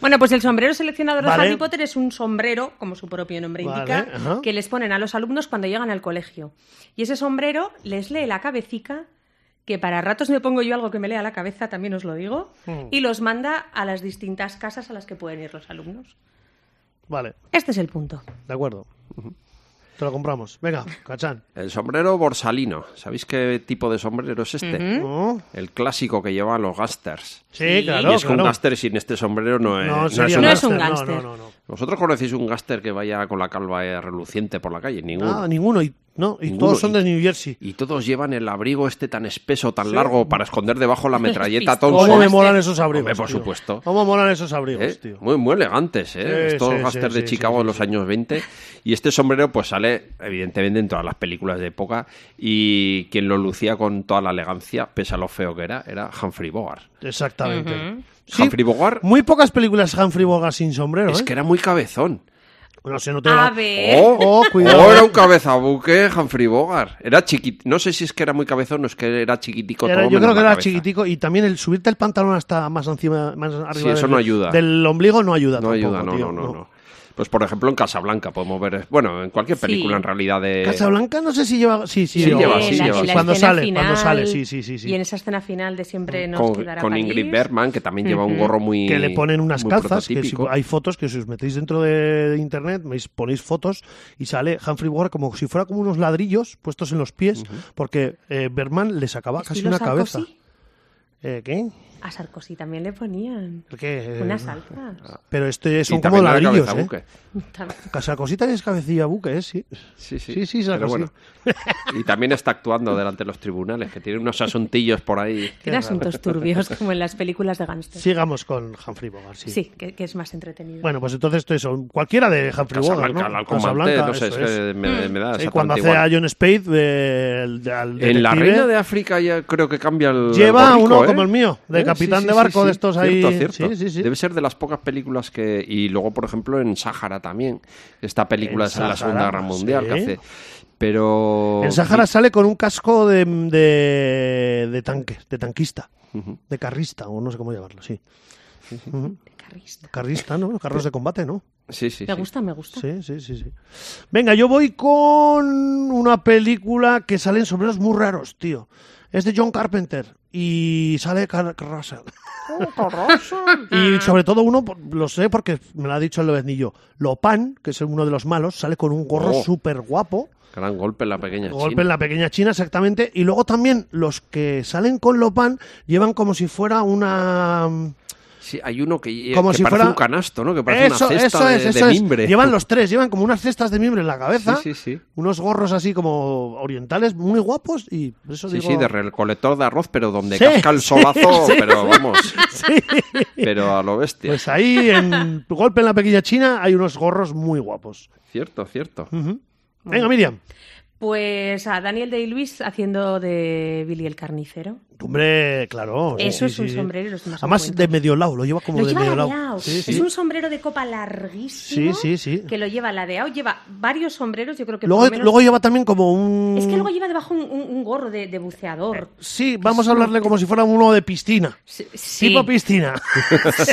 Speaker 3: bueno, pues el sombrero seleccionador
Speaker 1: Vale.
Speaker 3: de Harry Potter es un sombrero, como su propio nombre
Speaker 1: Vale,
Speaker 3: indica,
Speaker 1: ajá.
Speaker 3: que les ponen a los alumnos cuando llegan al colegio. Y ese sombrero les lee la cabecica, que para ratos me pongo yo algo que me lea la cabeza, también os lo digo,
Speaker 1: Hmm.
Speaker 3: y los manda a las distintas casas a las que pueden ir los alumnos.
Speaker 1: Vale,
Speaker 3: Este es el punto.
Speaker 1: de acuerdo. Te lo compramos. Venga, cachán.
Speaker 2: El sombrero borsalino. ¿Sabéis qué tipo de sombrero es este?
Speaker 3: ¿Eh?
Speaker 1: ¿No?
Speaker 2: El clásico que llevan los gasters.
Speaker 1: Sí, claro.
Speaker 2: y es que
Speaker 1: claro.
Speaker 2: un gaster sin este sombrero no es,
Speaker 1: No,
Speaker 2: no es
Speaker 1: sería
Speaker 2: un
Speaker 3: No es
Speaker 2: gáster.
Speaker 3: un
Speaker 1: gáster,
Speaker 3: gáster.
Speaker 1: No, no, no.
Speaker 2: ¿Vosotros conocéis un gaster que vaya con la calva eh, reluciente por la calle? Ninguno.
Speaker 1: no. Ah, ninguno. Y, no, y
Speaker 2: Ninguno.
Speaker 1: todos son de
Speaker 2: Y-
Speaker 1: New Jersey.
Speaker 2: Y todos llevan el abrigo este tan espeso, tan largo, para esconder debajo la metralleta
Speaker 3: pistolas.
Speaker 2: Thompson.
Speaker 1: ¿Cómo me
Speaker 3: Hombre,
Speaker 1: molan esos abrigos?
Speaker 2: por
Speaker 1: tío?
Speaker 2: supuesto.
Speaker 1: ¿Cómo molan esos abrigos,
Speaker 2: ¿Eh?
Speaker 1: tío?
Speaker 2: Muy, muy elegantes, ¿eh?
Speaker 1: Sí,
Speaker 2: Estos
Speaker 1: sí,
Speaker 2: gásters
Speaker 1: sí,
Speaker 2: de
Speaker 1: sí,
Speaker 2: Chicago
Speaker 1: sí,
Speaker 2: de los años 20. Y este sombrero, pues sale, evidentemente, en todas las películas de época. Y quien lo lucía con toda la elegancia, pese a lo feo que era, era Humphrey Bogart.
Speaker 1: Exactamente.
Speaker 2: Humphrey Bogart.
Speaker 1: Muy pocas películas Humphrey Bogart sin sombrero,
Speaker 2: Es
Speaker 1: ¿eh?
Speaker 2: que era muy cabezón.
Speaker 1: No sé, no te
Speaker 3: A
Speaker 1: va-
Speaker 3: ver.
Speaker 2: O-
Speaker 1: Oh, cuidado.
Speaker 2: o era un cabezabuque Humphrey Bogart. Era chiquit... No sé si es que era muy cabezón o es que era chiquitico.
Speaker 1: Era-
Speaker 2: todo
Speaker 1: yo
Speaker 2: menos
Speaker 1: creo que
Speaker 2: la
Speaker 1: era
Speaker 2: cabeza.
Speaker 1: chiquitico y también el subirte el pantalón hasta más encima, más arriba
Speaker 2: eso
Speaker 1: del,
Speaker 2: no ayuda.
Speaker 1: del ombligo no ayuda.
Speaker 2: No
Speaker 1: tampoco,
Speaker 2: ayuda, no,
Speaker 1: tío,
Speaker 2: no, no, no. Pues por ejemplo en Casablanca podemos ver, bueno, en cualquier
Speaker 3: Sí.
Speaker 2: película en realidad de
Speaker 1: Casablanca no sé si lleva, sí, sí,
Speaker 2: Sí lleva, sí
Speaker 3: en la-
Speaker 2: lleva.
Speaker 3: en la
Speaker 1: Cuando
Speaker 3: escena
Speaker 1: sale, cuando
Speaker 3: final,
Speaker 1: sale, sí, sí, sí, sí.
Speaker 3: Y en esa escena final de siempre nos
Speaker 2: con,
Speaker 3: quedará
Speaker 2: con
Speaker 3: París.
Speaker 2: Ingrid Bergman que también lleva un gorro muy
Speaker 1: que le ponen unas
Speaker 2: muy
Speaker 1: calzas, que si-
Speaker 2: prototípico.
Speaker 1: hay fotos que si os metéis dentro de, de internet, veis- ponéis fotos y sale Humphrey Bogart como si fuera como unos ladrillos puestos en los pies, porque eh, Berman le sacaba casi
Speaker 3: Estilo
Speaker 1: una
Speaker 3: Sarkozy.
Speaker 1: cabeza. Eh, ¿Qué?
Speaker 3: A Sarkozy también le ponían
Speaker 1: ¿El qué?
Speaker 3: unas
Speaker 1: Eh,
Speaker 3: alzas.
Speaker 1: Pero esto es
Speaker 2: y
Speaker 1: son como
Speaker 2: también era
Speaker 1: ladrillos, ¿eh?
Speaker 2: cabezabuque.
Speaker 1: Casacosita es cabecilla buque, ¿eh? Sí,
Speaker 2: Sí, sí.
Speaker 1: sí, sí Sarkozy.
Speaker 2: pero bueno. Y también está actuando delante de los tribunales, que tiene unos asuntillos por ahí.
Speaker 3: Tiene asuntos turbios como en las películas de gángster. Sí,
Speaker 1: Sigamos con Humphrey Bogart, sí.
Speaker 3: que, que es más entretenido.
Speaker 1: Bueno, pues entonces esto es un- cualquiera de Humphrey Bogart,
Speaker 2: Casablanca,
Speaker 1: ¿no?
Speaker 2: el halcón
Speaker 1: Casablanca,
Speaker 2: maltés, no sé, es
Speaker 1: eso
Speaker 2: que me, me da
Speaker 1: Sí,
Speaker 2: exactamente
Speaker 1: cuando hace
Speaker 2: igual.
Speaker 1: a John Spade, eh, el- al
Speaker 2: En la
Speaker 1: detective,
Speaker 2: Reina de África ya creo que cambia el.
Speaker 1: Lleva
Speaker 2: el gorrico,
Speaker 1: uno
Speaker 2: ¿eh?
Speaker 1: como el mío, de capitán de barco de estos ahí.
Speaker 2: Cierto, cierto.
Speaker 1: Sí, sí, sí.
Speaker 2: Debe ser de las pocas películas que. Y luego, por ejemplo, en Sáhara también. Esta película
Speaker 1: En
Speaker 2: es de
Speaker 1: Sáhara,
Speaker 2: la Segunda Guerra
Speaker 1: sí.
Speaker 2: Mundial que hace. Pero.
Speaker 1: En Sahara sale con un casco de, de, de tanque, de tanquista, de carrista, o no sé cómo llamarlo, sí.
Speaker 3: Carrista.
Speaker 1: Carrista, ¿no? Carros de combate, ¿no?
Speaker 2: Sí, sí.
Speaker 3: Me
Speaker 2: sí.
Speaker 3: gusta, me gusta.
Speaker 1: Sí, sí, sí, sí. Venga, yo voy con una película que sale en sombreros muy raros, tío. Es de John Carpenter y sale Car Russell. [laughs] y sobre todo uno, por- lo sé porque me lo ha dicho el lobeznillo, Lopan, que es uno de los malos, sale con un gorro
Speaker 2: Oh.
Speaker 1: súper guapo.
Speaker 2: Gran golpe en la pequeña
Speaker 1: Golpe
Speaker 2: China.
Speaker 1: en la pequeña China, exactamente. Y luego también los que salen con Lopan llevan como si fuera una...
Speaker 2: Sí, hay uno que,
Speaker 1: como
Speaker 2: que
Speaker 1: si
Speaker 2: parece
Speaker 1: fuera
Speaker 2: un canasto, ¿no? Que parece
Speaker 1: eso,
Speaker 2: una cesta
Speaker 1: eso
Speaker 2: de,
Speaker 1: es,
Speaker 2: de
Speaker 1: eso es.
Speaker 2: mimbre.
Speaker 1: Llevan los tres, llevan como unas cestas de mimbre en la cabeza,
Speaker 2: Sí, sí, sí.
Speaker 1: unos gorros así como orientales, muy guapos y por eso
Speaker 2: Sí,
Speaker 1: digo.
Speaker 2: sí, de recolector de arroz, pero donde
Speaker 1: Sí,
Speaker 2: casca el
Speaker 1: sí,
Speaker 2: solazo,
Speaker 1: sí.
Speaker 2: pero
Speaker 1: [laughs]
Speaker 2: vamos. Pero a lo bestia.
Speaker 1: Pues
Speaker 2: [laughs]
Speaker 1: ahí en golpe en la pequeña China hay unos gorros muy guapos.
Speaker 2: Cierto, cierto.
Speaker 3: Ah.
Speaker 1: Venga, Miriam.
Speaker 3: Pues a Daniel Day-Lewis haciendo de Billy el Carnicero.
Speaker 1: Hombre, claro. sí,
Speaker 3: Eso
Speaker 1: sí,
Speaker 3: es un
Speaker 1: sí, sí.
Speaker 3: sombrero, es más
Speaker 1: Además,
Speaker 3: cuento.
Speaker 1: de medio lado, lo lleva como
Speaker 3: lo
Speaker 1: de
Speaker 3: lleva
Speaker 1: medio lado.
Speaker 3: ladeado.
Speaker 1: Sí, sí.
Speaker 3: Es un sombrero de copa larguísimo.
Speaker 1: Sí, sí, sí.
Speaker 3: Que lo lleva ladeado. Lleva varios sombreros, yo creo que. por
Speaker 1: luego,
Speaker 3: lo menos-
Speaker 1: luego lleva también como un.
Speaker 3: Es que luego lleva debajo un, un- un gorro de, de buceador.
Speaker 1: Sí, vamos a hablarle como si fuera uno de piscina.
Speaker 3: Sí.
Speaker 1: Tipo
Speaker 2: [laughs]
Speaker 1: piscina.
Speaker 3: [laughs]
Speaker 1: [laughs]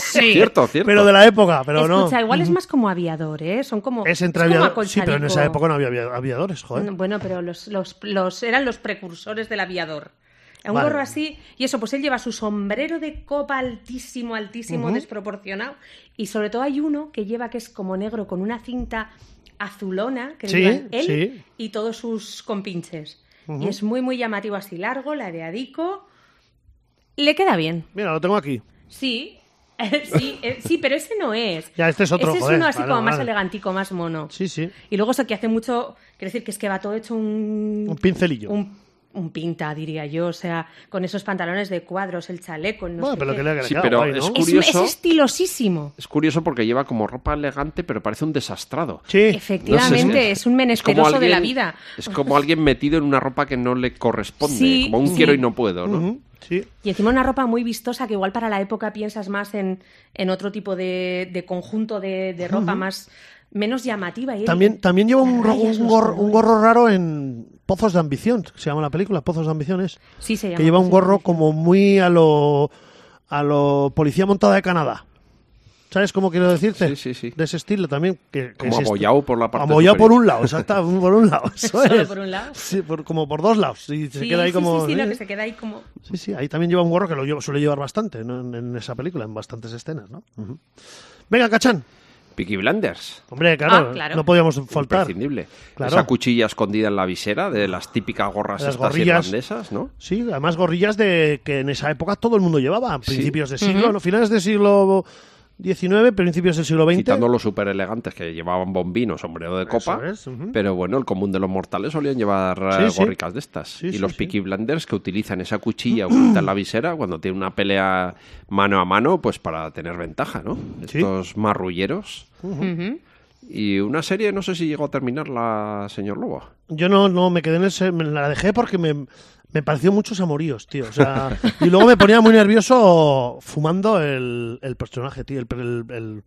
Speaker 3: Sí.
Speaker 2: Cierto, cierto.
Speaker 1: Pero de la época, pero
Speaker 3: Escucha,
Speaker 1: no.
Speaker 3: igual es más como aviador, ¿eh? Son como.
Speaker 1: Es entre
Speaker 3: como
Speaker 1: aviadores. Sí, pero en esa
Speaker 3: acolchadico.
Speaker 1: época no había avia- aviadores, joder.
Speaker 3: No, Mm, Bueno, pero los, los, los- eran los precursores del aviador. Un
Speaker 1: Vale.
Speaker 3: gorro así, y eso, pues él lleva su sombrero de copa altísimo, altísimo, desproporcionado. Y sobre todo hay uno que lleva que es como negro con una cinta azulona que
Speaker 1: Sí,
Speaker 3: llevan él
Speaker 1: sí.
Speaker 3: y todos sus compinches. Y es muy, muy llamativo, así largo, ladeadico. Le queda bien.
Speaker 1: Mira, lo tengo aquí.
Speaker 3: Sí, [laughs] sí, eh, sí, pero ese no es.
Speaker 1: Ya, este es otro,
Speaker 3: Ese
Speaker 1: joder.
Speaker 3: es uno así
Speaker 1: Vale,
Speaker 3: como más
Speaker 1: vale.
Speaker 3: elegantico, más mono.
Speaker 1: Sí, sí.
Speaker 3: Y luego eso que hace mucho, quiero decir que es que va todo hecho un...
Speaker 1: Un pincelillo.
Speaker 3: Un, un pinta, diría yo, o sea, con esos pantalones de cuadros, el chaleco, el no
Speaker 1: Bueno,
Speaker 3: sé
Speaker 1: pero
Speaker 3: qué.
Speaker 1: que le ha
Speaker 2: Sí,
Speaker 1: quedado
Speaker 2: pero
Speaker 1: guay, ¿no?
Speaker 2: es
Speaker 3: Es- Es,
Speaker 2: curioso.
Speaker 3: estilosísimo.
Speaker 2: Es curioso porque lleva como ropa elegante, pero parece un desastrado.
Speaker 1: Sí.
Speaker 3: Efectivamente,
Speaker 2: No sé,
Speaker 3: es un menesteroso
Speaker 2: como
Speaker 3: de la
Speaker 2: alguien-
Speaker 3: vida.
Speaker 2: Es como alguien metido en una ropa que no le corresponde,
Speaker 3: Sí,
Speaker 2: como un
Speaker 3: sí.
Speaker 2: quiero y no puedo, ¿no?
Speaker 1: Ujú, Sí.
Speaker 3: Y encima una ropa muy vistosa que igual para la época piensas más en, en otro tipo de, de conjunto de, de ropa más menos llamativa. ¿eh? Y él-
Speaker 1: También, también lleva un,
Speaker 3: Las
Speaker 1: ro-
Speaker 3: rayas,
Speaker 1: un
Speaker 3: los
Speaker 1: gorro, un
Speaker 3: colores.
Speaker 1: gorro raro en Pozos de Ambición, se llama la película, Pozos de Ambiciones.
Speaker 3: Sí, se llama
Speaker 1: que lleva un
Speaker 3: Pozos de
Speaker 1: gorro
Speaker 3: Ambición.
Speaker 1: como muy a lo, a lo policía montada de Canadá. ¿Sabes cómo quiero decirte?
Speaker 2: Sí, sí, sí.
Speaker 1: De ese estilo también. Que, que
Speaker 2: Como
Speaker 1: es este-
Speaker 2: abollado por la parte
Speaker 1: Abollado por
Speaker 2: superior.
Speaker 1: un lado, exacto, por un
Speaker 3: [laughs]
Speaker 1: lado. eso
Speaker 3: Solo
Speaker 1: es.
Speaker 3: por un lado.
Speaker 1: Sí, por- como por dos lados. Y se
Speaker 3: Sí,
Speaker 1: queda ahí
Speaker 3: sí,
Speaker 1: como.
Speaker 3: sí, sí,
Speaker 1: ¿eh?
Speaker 3: no, que se queda ahí como...
Speaker 1: Sí, sí, ahí también lleva un gorro que lo lleva- suele llevar bastante ¿no? en, en esa película, en bastantes escenas, ¿no? Ujú. Venga, Cachán.
Speaker 2: Peaky Blinders.
Speaker 1: Hombre, claro,
Speaker 3: Ah, claro.
Speaker 1: no podíamos faltar.
Speaker 2: Imprescindible.
Speaker 1: Claro.
Speaker 2: Esa cuchilla escondida en la visera de las típicas gorras
Speaker 1: Las
Speaker 2: estas
Speaker 1: gorrillas.
Speaker 2: irlandesas, ¿no?
Speaker 1: Sí, además gorrillas de que en esa época todo el mundo llevaba, a principios de siglo, ¿no? finales del siglo XIX, principios del siglo XX.
Speaker 2: Quitando los súper elegantes que llevaban bombinos, sombrero de copa.
Speaker 1: es, ujú.
Speaker 2: Pero bueno, el común de los mortales solían llevar
Speaker 1: Sí,
Speaker 2: eh,
Speaker 1: sí.
Speaker 2: gorricas de estas.
Speaker 1: Sí,
Speaker 2: y
Speaker 1: sí,
Speaker 2: los
Speaker 1: sí.
Speaker 2: Peaky Blinders que utilizan esa cuchilla oculta en la visera cuando tienen una pelea mano a mano, pues para tener ventaja, ¿no?
Speaker 1: Sí.
Speaker 2: Estos marrulleros. Y una serie, no sé si llegó a terminarla, señor Lobo.
Speaker 1: Yo no, no, me quedé en ese, me la dejé porque me, me pareció muchos amoríos, tío. O sea, y luego me ponía muy nervioso fumando el, el personaje, tío, el, el, el-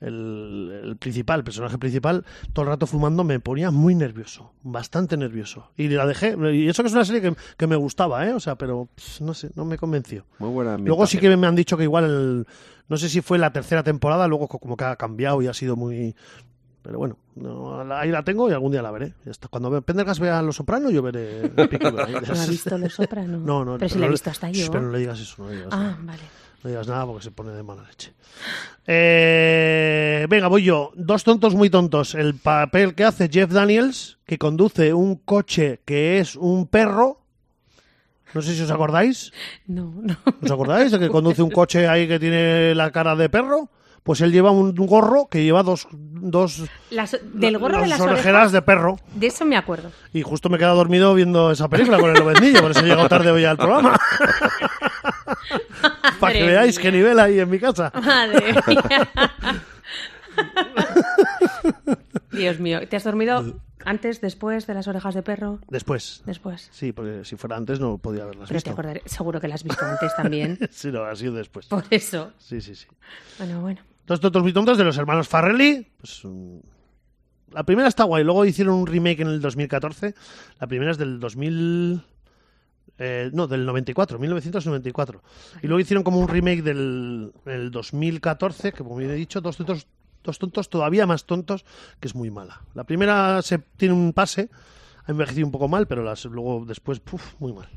Speaker 1: el- el principal, el personaje principal, todo el rato fumando me ponía muy nervioso, bastante nervioso. Y la dejé, y eso que es una serie que, que me gustaba, ¿eh? O sea, pero pff, no sé, no me convenció.
Speaker 2: Muy buena.
Speaker 1: Luego sí
Speaker 2: ambientación.
Speaker 1: que me han dicho que igual, el- no sé si fue la tercera temporada, luego co- como que ha cambiado y ha sido muy... Pero bueno, no, la- ahí la tengo y algún día la veré. Ya está. Cuando ve- Pendergast vea Los Sopranos, yo veré Peaky Blinders.
Speaker 3: ¿No ha visto
Speaker 1: [laughs]
Speaker 3: Los Soprano?
Speaker 1: No, no.
Speaker 3: Pero si la he
Speaker 1: no-
Speaker 3: visto hasta
Speaker 1: Shh,
Speaker 3: yo.
Speaker 1: Pero no le digas eso, no le digas,
Speaker 3: Ah,
Speaker 1: nada.
Speaker 3: vale.
Speaker 1: No digas nada porque se pone de mala leche. Eh, venga, voy yo. Dos tontos muy tontos. El papel que hace Jeff Daniels, que conduce un coche que es un perro. No sé si os acordáis.
Speaker 3: No, no.
Speaker 1: ¿Os acordáis de que conduce un coche ahí que tiene la cara de perro? Pues él lleva un un gorro que lleva dos, dos
Speaker 3: Las- del gorro de
Speaker 1: las
Speaker 3: las
Speaker 1: orejeras
Speaker 3: orejeras.
Speaker 1: de perro.
Speaker 3: De eso me acuerdo.
Speaker 1: Y justo me he quedado dormido viendo esa película con el ovendillo, por eso he llegado tarde hoy al
Speaker 3: [laughs]
Speaker 1: programa. Para que
Speaker 3: Madre
Speaker 1: veáis
Speaker 3: mía.
Speaker 1: qué nivel hay en mi casa.
Speaker 3: Madre mía. [laughs] Dios mío, ¿te has dormido antes, después de las orejas de perro?
Speaker 1: Después.
Speaker 3: Después.
Speaker 1: Sí, porque si fuera antes no podía haberlas
Speaker 3: Pero
Speaker 1: [laughs]
Speaker 3: te
Speaker 1: visto.
Speaker 3: acordaré, seguro que las has visto antes
Speaker 1: [laughs]
Speaker 3: también.
Speaker 1: Sí, no, ha sido después.
Speaker 3: Por eso.
Speaker 1: Sí, sí, sí.
Speaker 3: Bueno, bueno.
Speaker 1: Dos tontos muy tontos de los hermanos Farrelly. Pues, mm, la primera está guay. Luego hicieron un remake en el 2014. La primera es del 2000. eh, no, del 94, 1994. Y luego hicieron como un remake del el 2014, que como bien he dicho, dos tontos, dos tontos todavía más tontos, que es muy mala. La primera se, tiene un pase, ha envejecido un poco mal, pero las, luego después, puf, muy mal.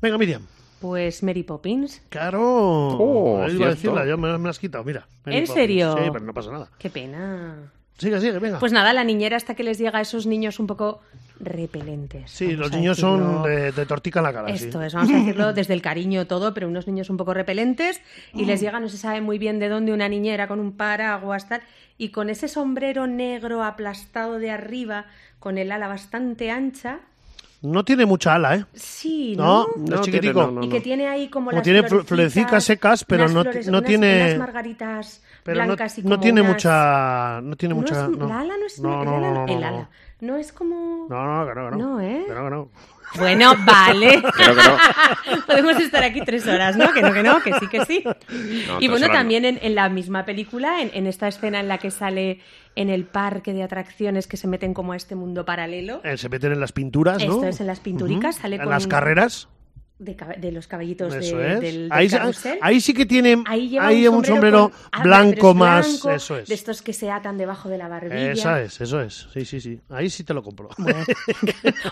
Speaker 1: Venga, Miriam.
Speaker 3: Pues Mary Poppins.
Speaker 1: Claro.
Speaker 2: Oh,
Speaker 1: iba a
Speaker 2: cierto.
Speaker 1: decirla, yo me, me las has quitado, mira. Mary
Speaker 3: ¿En
Speaker 1: Poppins.
Speaker 3: serio?
Speaker 1: Sí, pero no pasa nada.
Speaker 3: Qué pena.
Speaker 1: Sigue, sigue, venga.
Speaker 3: Pues nada, la niñera hasta que les llega a esos niños un poco repelentes.
Speaker 1: sí,
Speaker 3: vamos
Speaker 1: los
Speaker 3: a
Speaker 1: niños
Speaker 3: decirlo.
Speaker 1: son de, de tortica en la cara. sí.
Speaker 3: Esto es, vamos a decirlo [laughs] desde el cariño todo, pero unos niños un poco repelentes y
Speaker 1: Mm.
Speaker 3: les llega, no se sabe muy bien de dónde, una niñera con un paraguas, tal, y con ese sombrero negro aplastado de arriba, con el ala bastante ancha,
Speaker 1: No tiene mucha ala, ¿eh?
Speaker 3: Sí,
Speaker 1: No,
Speaker 3: ¿no?
Speaker 1: es
Speaker 2: No tiene,
Speaker 1: chiquitico.
Speaker 2: no, no.
Speaker 3: Y que tiene ahí como,
Speaker 1: Como
Speaker 3: las
Speaker 1: tiene fl-
Speaker 3: florecitas,
Speaker 1: florecicas secas, pero
Speaker 3: unas
Speaker 1: no ti- no
Speaker 3: unas-
Speaker 1: tiene-
Speaker 3: unas margaritas
Speaker 1: Pero no,
Speaker 3: blancas y
Speaker 1: no
Speaker 3: como
Speaker 1: tiene
Speaker 3: unas-
Speaker 1: mucha. No tiene
Speaker 3: No
Speaker 1: mucha.
Speaker 3: es-
Speaker 1: no.
Speaker 3: La ala no es
Speaker 1: no,
Speaker 3: el
Speaker 1: no,
Speaker 3: ala-
Speaker 1: no, no,
Speaker 3: el
Speaker 1: no,
Speaker 3: ala. No es como.
Speaker 1: No, no, que no, que no.
Speaker 3: No, ¿eh?
Speaker 1: Que no, que no.
Speaker 3: Bueno,
Speaker 1: [laughs]
Speaker 3: vale.
Speaker 2: Creo que no.
Speaker 3: [laughs] Podemos estar aquí tres horas, ¿no? Que no, que no, que sí, que sí. y
Speaker 2: tres
Speaker 3: bueno,
Speaker 2: horas
Speaker 3: también en, en la misma película, en, en esta escena en la que sale en el parque de atracciones que se meten como a este mundo paralelo.
Speaker 1: Eh, se meten en las pinturas, ¿no?
Speaker 3: Esto es en las pinturicas, sale
Speaker 1: En
Speaker 3: con-
Speaker 1: las carreras.
Speaker 3: De, cab- de los caballitos de-
Speaker 1: Eso es.
Speaker 3: del, del
Speaker 1: ahí, se-
Speaker 3: carrusel.
Speaker 1: ahí sí que tiene.
Speaker 3: Ahí lleva
Speaker 1: ahí
Speaker 3: un sombrero,
Speaker 1: sombrero
Speaker 3: con- ah,
Speaker 1: blanco
Speaker 3: pero es
Speaker 1: más.
Speaker 3: blanco,
Speaker 1: Eso es.
Speaker 3: De estos que se atan debajo de la barbilla.
Speaker 1: Esa es, eso es. Sí, sí, sí. Ahí sí te lo compro. [laughs]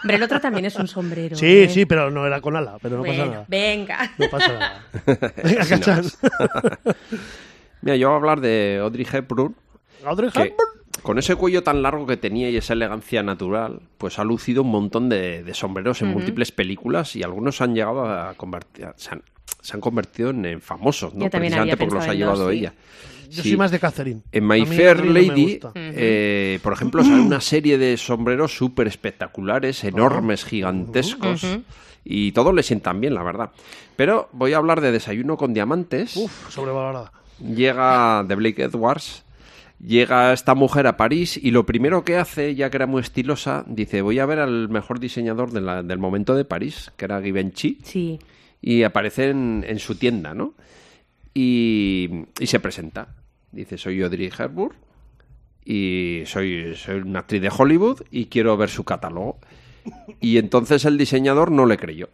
Speaker 3: Hombre, el otro también es un sombrero.
Speaker 1: sí,
Speaker 3: ¿eh?
Speaker 1: sí, pero no era con ala, pero no
Speaker 3: bueno,
Speaker 1: pasa nada.
Speaker 3: venga.
Speaker 1: No pasa nada.
Speaker 2: [laughs]
Speaker 1: Venga, cachas. [laughs]
Speaker 2: Mira, yo voy a hablar de Audrey Hepburn,
Speaker 1: Audrey
Speaker 2: que
Speaker 1: Hepburn.
Speaker 2: con ese cuello tan largo que tenía y esa elegancia natural, pues ha lucido un montón de, de sombreros en múltiples películas y algunos han llegado a convertir, se han, se han convertido en, en famosos, ¿no?
Speaker 3: Yo también
Speaker 2: precisamente
Speaker 3: había
Speaker 2: porque los ha
Speaker 3: pensado en
Speaker 2: llevado
Speaker 3: dos, sí.
Speaker 2: ella.
Speaker 1: Yo
Speaker 2: Sí.
Speaker 1: soy más de Catherine.
Speaker 2: En
Speaker 1: A
Speaker 2: My
Speaker 1: mí- a mí
Speaker 2: Fair
Speaker 1: no me
Speaker 2: Lady,
Speaker 1: gusta.
Speaker 2: eh, por ejemplo, sale una serie de sombreros súper espectaculares, enormes, gigantescos, y todos le sientan bien, la verdad. Pero voy a hablar de Desayuno con Diamantes.
Speaker 1: Uf, sobrevalorada.
Speaker 2: Llega de Blake Edwards, llega esta mujer a París y lo primero que hace, ya que era muy estilosa, dice, voy a ver al mejor diseñador de la- del momento de París, que era Givenchy
Speaker 3: Sí.
Speaker 2: y aparece en, en su tienda, ¿no? Y, y se presenta. Dice, soy Audrey Hepburn y soy, soy una actriz de Hollywood y quiero ver su catálogo. Y entonces el diseñador no le creyó,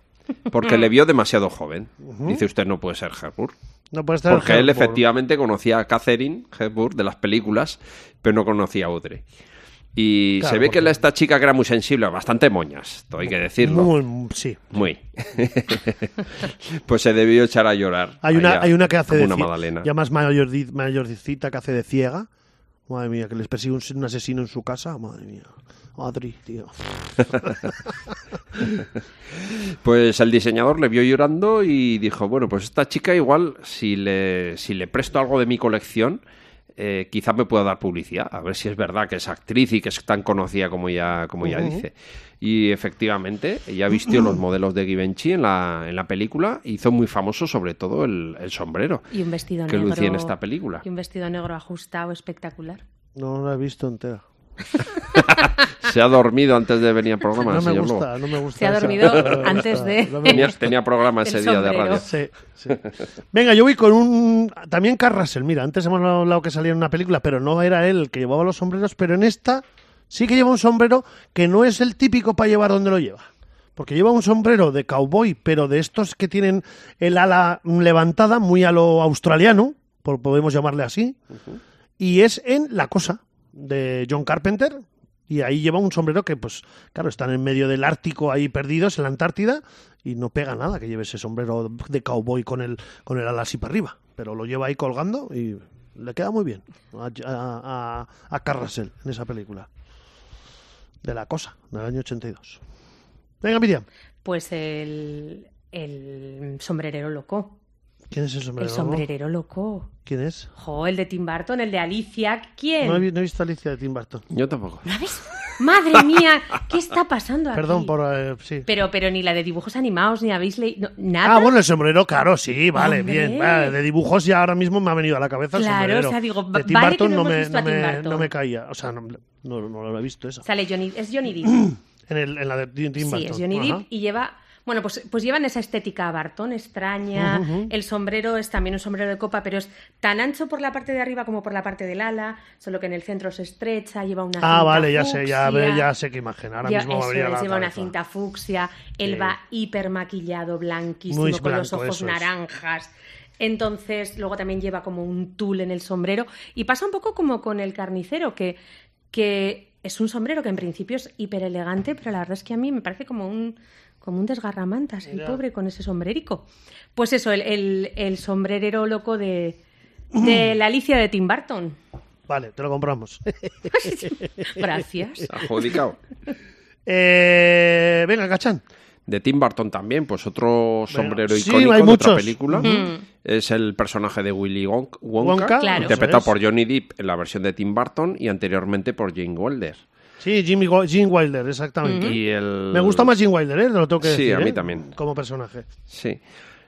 Speaker 2: porque le vio demasiado joven. Dice, usted no puede ser Hepburn.
Speaker 1: No puede estar.
Speaker 2: Porque él
Speaker 1: Hepburn.
Speaker 2: efectivamente conocía a Catherine Hepburn de las películas, pero no conocía a Audrey. Y
Speaker 1: Claro,
Speaker 2: se ve que
Speaker 1: porque-
Speaker 2: la- esta chica que era muy sensible, bastante moñas, esto hay que decirlo.
Speaker 1: Muy- sí.
Speaker 2: Muy. [laughs] pues se debió echar a llorar.
Speaker 1: Hay una,
Speaker 2: Allá,
Speaker 1: hay una que hace
Speaker 2: como
Speaker 1: de
Speaker 2: una
Speaker 1: cie-
Speaker 2: magdalena.
Speaker 1: Ya más mayor, mayorcita que hace de ciega. Madre mía, que les persigue un, un asesino en su casa. Madre mía. Adri, tío.
Speaker 2: Pues el diseñador le vio llorando y dijo, bueno, pues esta chica igual, si le, si le presto algo de mi colección, eh, quizá me pueda dar publicidad. A ver si es verdad que es actriz y que es tan conocida como ya, como ya dice. Y efectivamente, ella vistió los modelos de Givenchy en la, en la película e hizo muy famoso sobre todo el, el sombrero.
Speaker 3: Y un vestido
Speaker 2: Que
Speaker 3: negro.
Speaker 2: lucía en esta película.
Speaker 3: Y un vestido negro ajustado, espectacular.
Speaker 1: No la he visto entera.
Speaker 2: [laughs] Se ha dormido antes de venir al programa.
Speaker 1: [laughs] No me
Speaker 2: señor Lobo.
Speaker 1: gusta, no me gusta.
Speaker 3: Se ha
Speaker 1: esa-
Speaker 3: dormido
Speaker 1: [laughs] no me gusta,
Speaker 3: antes de-
Speaker 1: no me
Speaker 2: Tenía,
Speaker 1: gusta.
Speaker 2: tenía programa
Speaker 3: El
Speaker 2: ese día de
Speaker 3: sombrero.
Speaker 2: radio.
Speaker 1: Sí, sí. Venga, yo voy con un. También Carrasel. Mira, antes hemos hablado que salía en una película, pero no era él el que llevaba los sombreros. Pero en esta sí que lleva un sombrero que no es el típico para llevar donde lo lleva. Porque lleva un sombrero de cowboy, pero de estos que tienen el ala levantada, muy a lo australiano, por, podemos llamarle así. Y es en La Cosa, de John Carpenter. Y ahí lleva un sombrero que, pues, claro, están en medio del Ártico ahí perdidos, en la Antártida, y no pega nada que lleve ese sombrero de cowboy con el, con el ala así para arriba. Pero lo lleva ahí colgando y le queda muy bien a, a, a- a Carrasel en esa película. De La Cosa, del año 82. Venga, Miriam.
Speaker 3: Pues el, el sombrerero loco.
Speaker 1: ¿Quién es el sombrero?
Speaker 3: El sombrerero loco.
Speaker 1: ¿Quién es?
Speaker 3: Jo, el de Tim Burton, el de Alicia. ¿Quién?
Speaker 1: No he, vi- no he visto a Alicia de Tim Burton.
Speaker 2: Yo tampoco.
Speaker 3: ¿La ves? Madre mía, ¿qué está pasando aquí?
Speaker 1: Perdón por... eh, sí.
Speaker 3: Pero, pero ni la de dibujos animados, ni habéis leído. no, nada.
Speaker 1: Ah, bueno, el sombrero, claro, sí, vale,
Speaker 3: Hombre.
Speaker 1: bien. vale, de dibujos ya ahora mismo me ha venido a la cabeza el
Speaker 3: Claro,
Speaker 1: sombrero.
Speaker 3: o sea, digo,
Speaker 1: de
Speaker 3: va-
Speaker 1: Tim
Speaker 3: vale que
Speaker 1: Burton no,
Speaker 3: no hemos
Speaker 1: me,
Speaker 3: visto a
Speaker 1: no me-
Speaker 3: Tim Burton.
Speaker 1: no me caía. O sea, no, no, no lo he visto esa.
Speaker 3: Sale Johnny, es Johnny Depp.
Speaker 1: En, el- en la de Tim Burton.
Speaker 3: sí, es Johnny
Speaker 1: Ajá.
Speaker 3: Depp y lleva. Bueno, pues, pues llevan esa estética Bartón extraña. El sombrero es también un sombrero de copa, pero es tan ancho por la parte de arriba como por la parte del ala, solo que en el centro se estrecha, lleva una
Speaker 1: Ah,
Speaker 3: cinta
Speaker 1: vale, ya sé, ya, ve-
Speaker 3: fucsia.
Speaker 1: ya sé qué imagen. Ahora
Speaker 3: Ya-
Speaker 1: mismo me
Speaker 3: eso
Speaker 1: abría
Speaker 3: es,
Speaker 1: la
Speaker 3: lleva una
Speaker 1: cabeza.
Speaker 3: cinta fucsia, él
Speaker 1: Sí.
Speaker 3: va hiper maquillado, blanquísimo,
Speaker 1: Muy
Speaker 3: con los
Speaker 1: blanco,
Speaker 3: ojos
Speaker 1: eso es.
Speaker 3: naranjas. Entonces, luego también lleva como un tul en el sombrero. Y pasa un poco como con el carnicero, que, que es un sombrero que en principio es hiper elegante, pero la verdad es que a mí me parece como un, como un desgarramantas, el pobre con ese sombrerico. Pues eso, el, el- el sombrerero loco de,
Speaker 1: Mm.
Speaker 3: de la Alicia de Tim
Speaker 1: [laughs]
Speaker 3: Burton.
Speaker 1: Vale, te lo compramos. [laughs]
Speaker 3: Gracias.
Speaker 2: Adjudicado.
Speaker 1: eh, venga, Cachán.
Speaker 2: De Tim Burton también, pues otro sombrero
Speaker 1: sí,
Speaker 2: icónico
Speaker 1: hay
Speaker 2: de otra
Speaker 1: muchos.
Speaker 2: película. Es el personaje de Willy Won- Wonka,
Speaker 1: Wonka,
Speaker 3: Claro.
Speaker 2: interpretado
Speaker 1: eso es.
Speaker 2: por Johnny Depp en la versión de Tim Burton y anteriormente por Jane Wilder.
Speaker 1: Sí, Jimmy Wi- Gene Wilder, exactamente.
Speaker 2: Y el...
Speaker 1: Me gusta más Gene Wilder, ¿eh? Te lo tengo que
Speaker 2: Sí,
Speaker 1: decir.
Speaker 2: a mí
Speaker 1: ¿eh?
Speaker 2: también.
Speaker 1: Como personaje.
Speaker 2: Sí.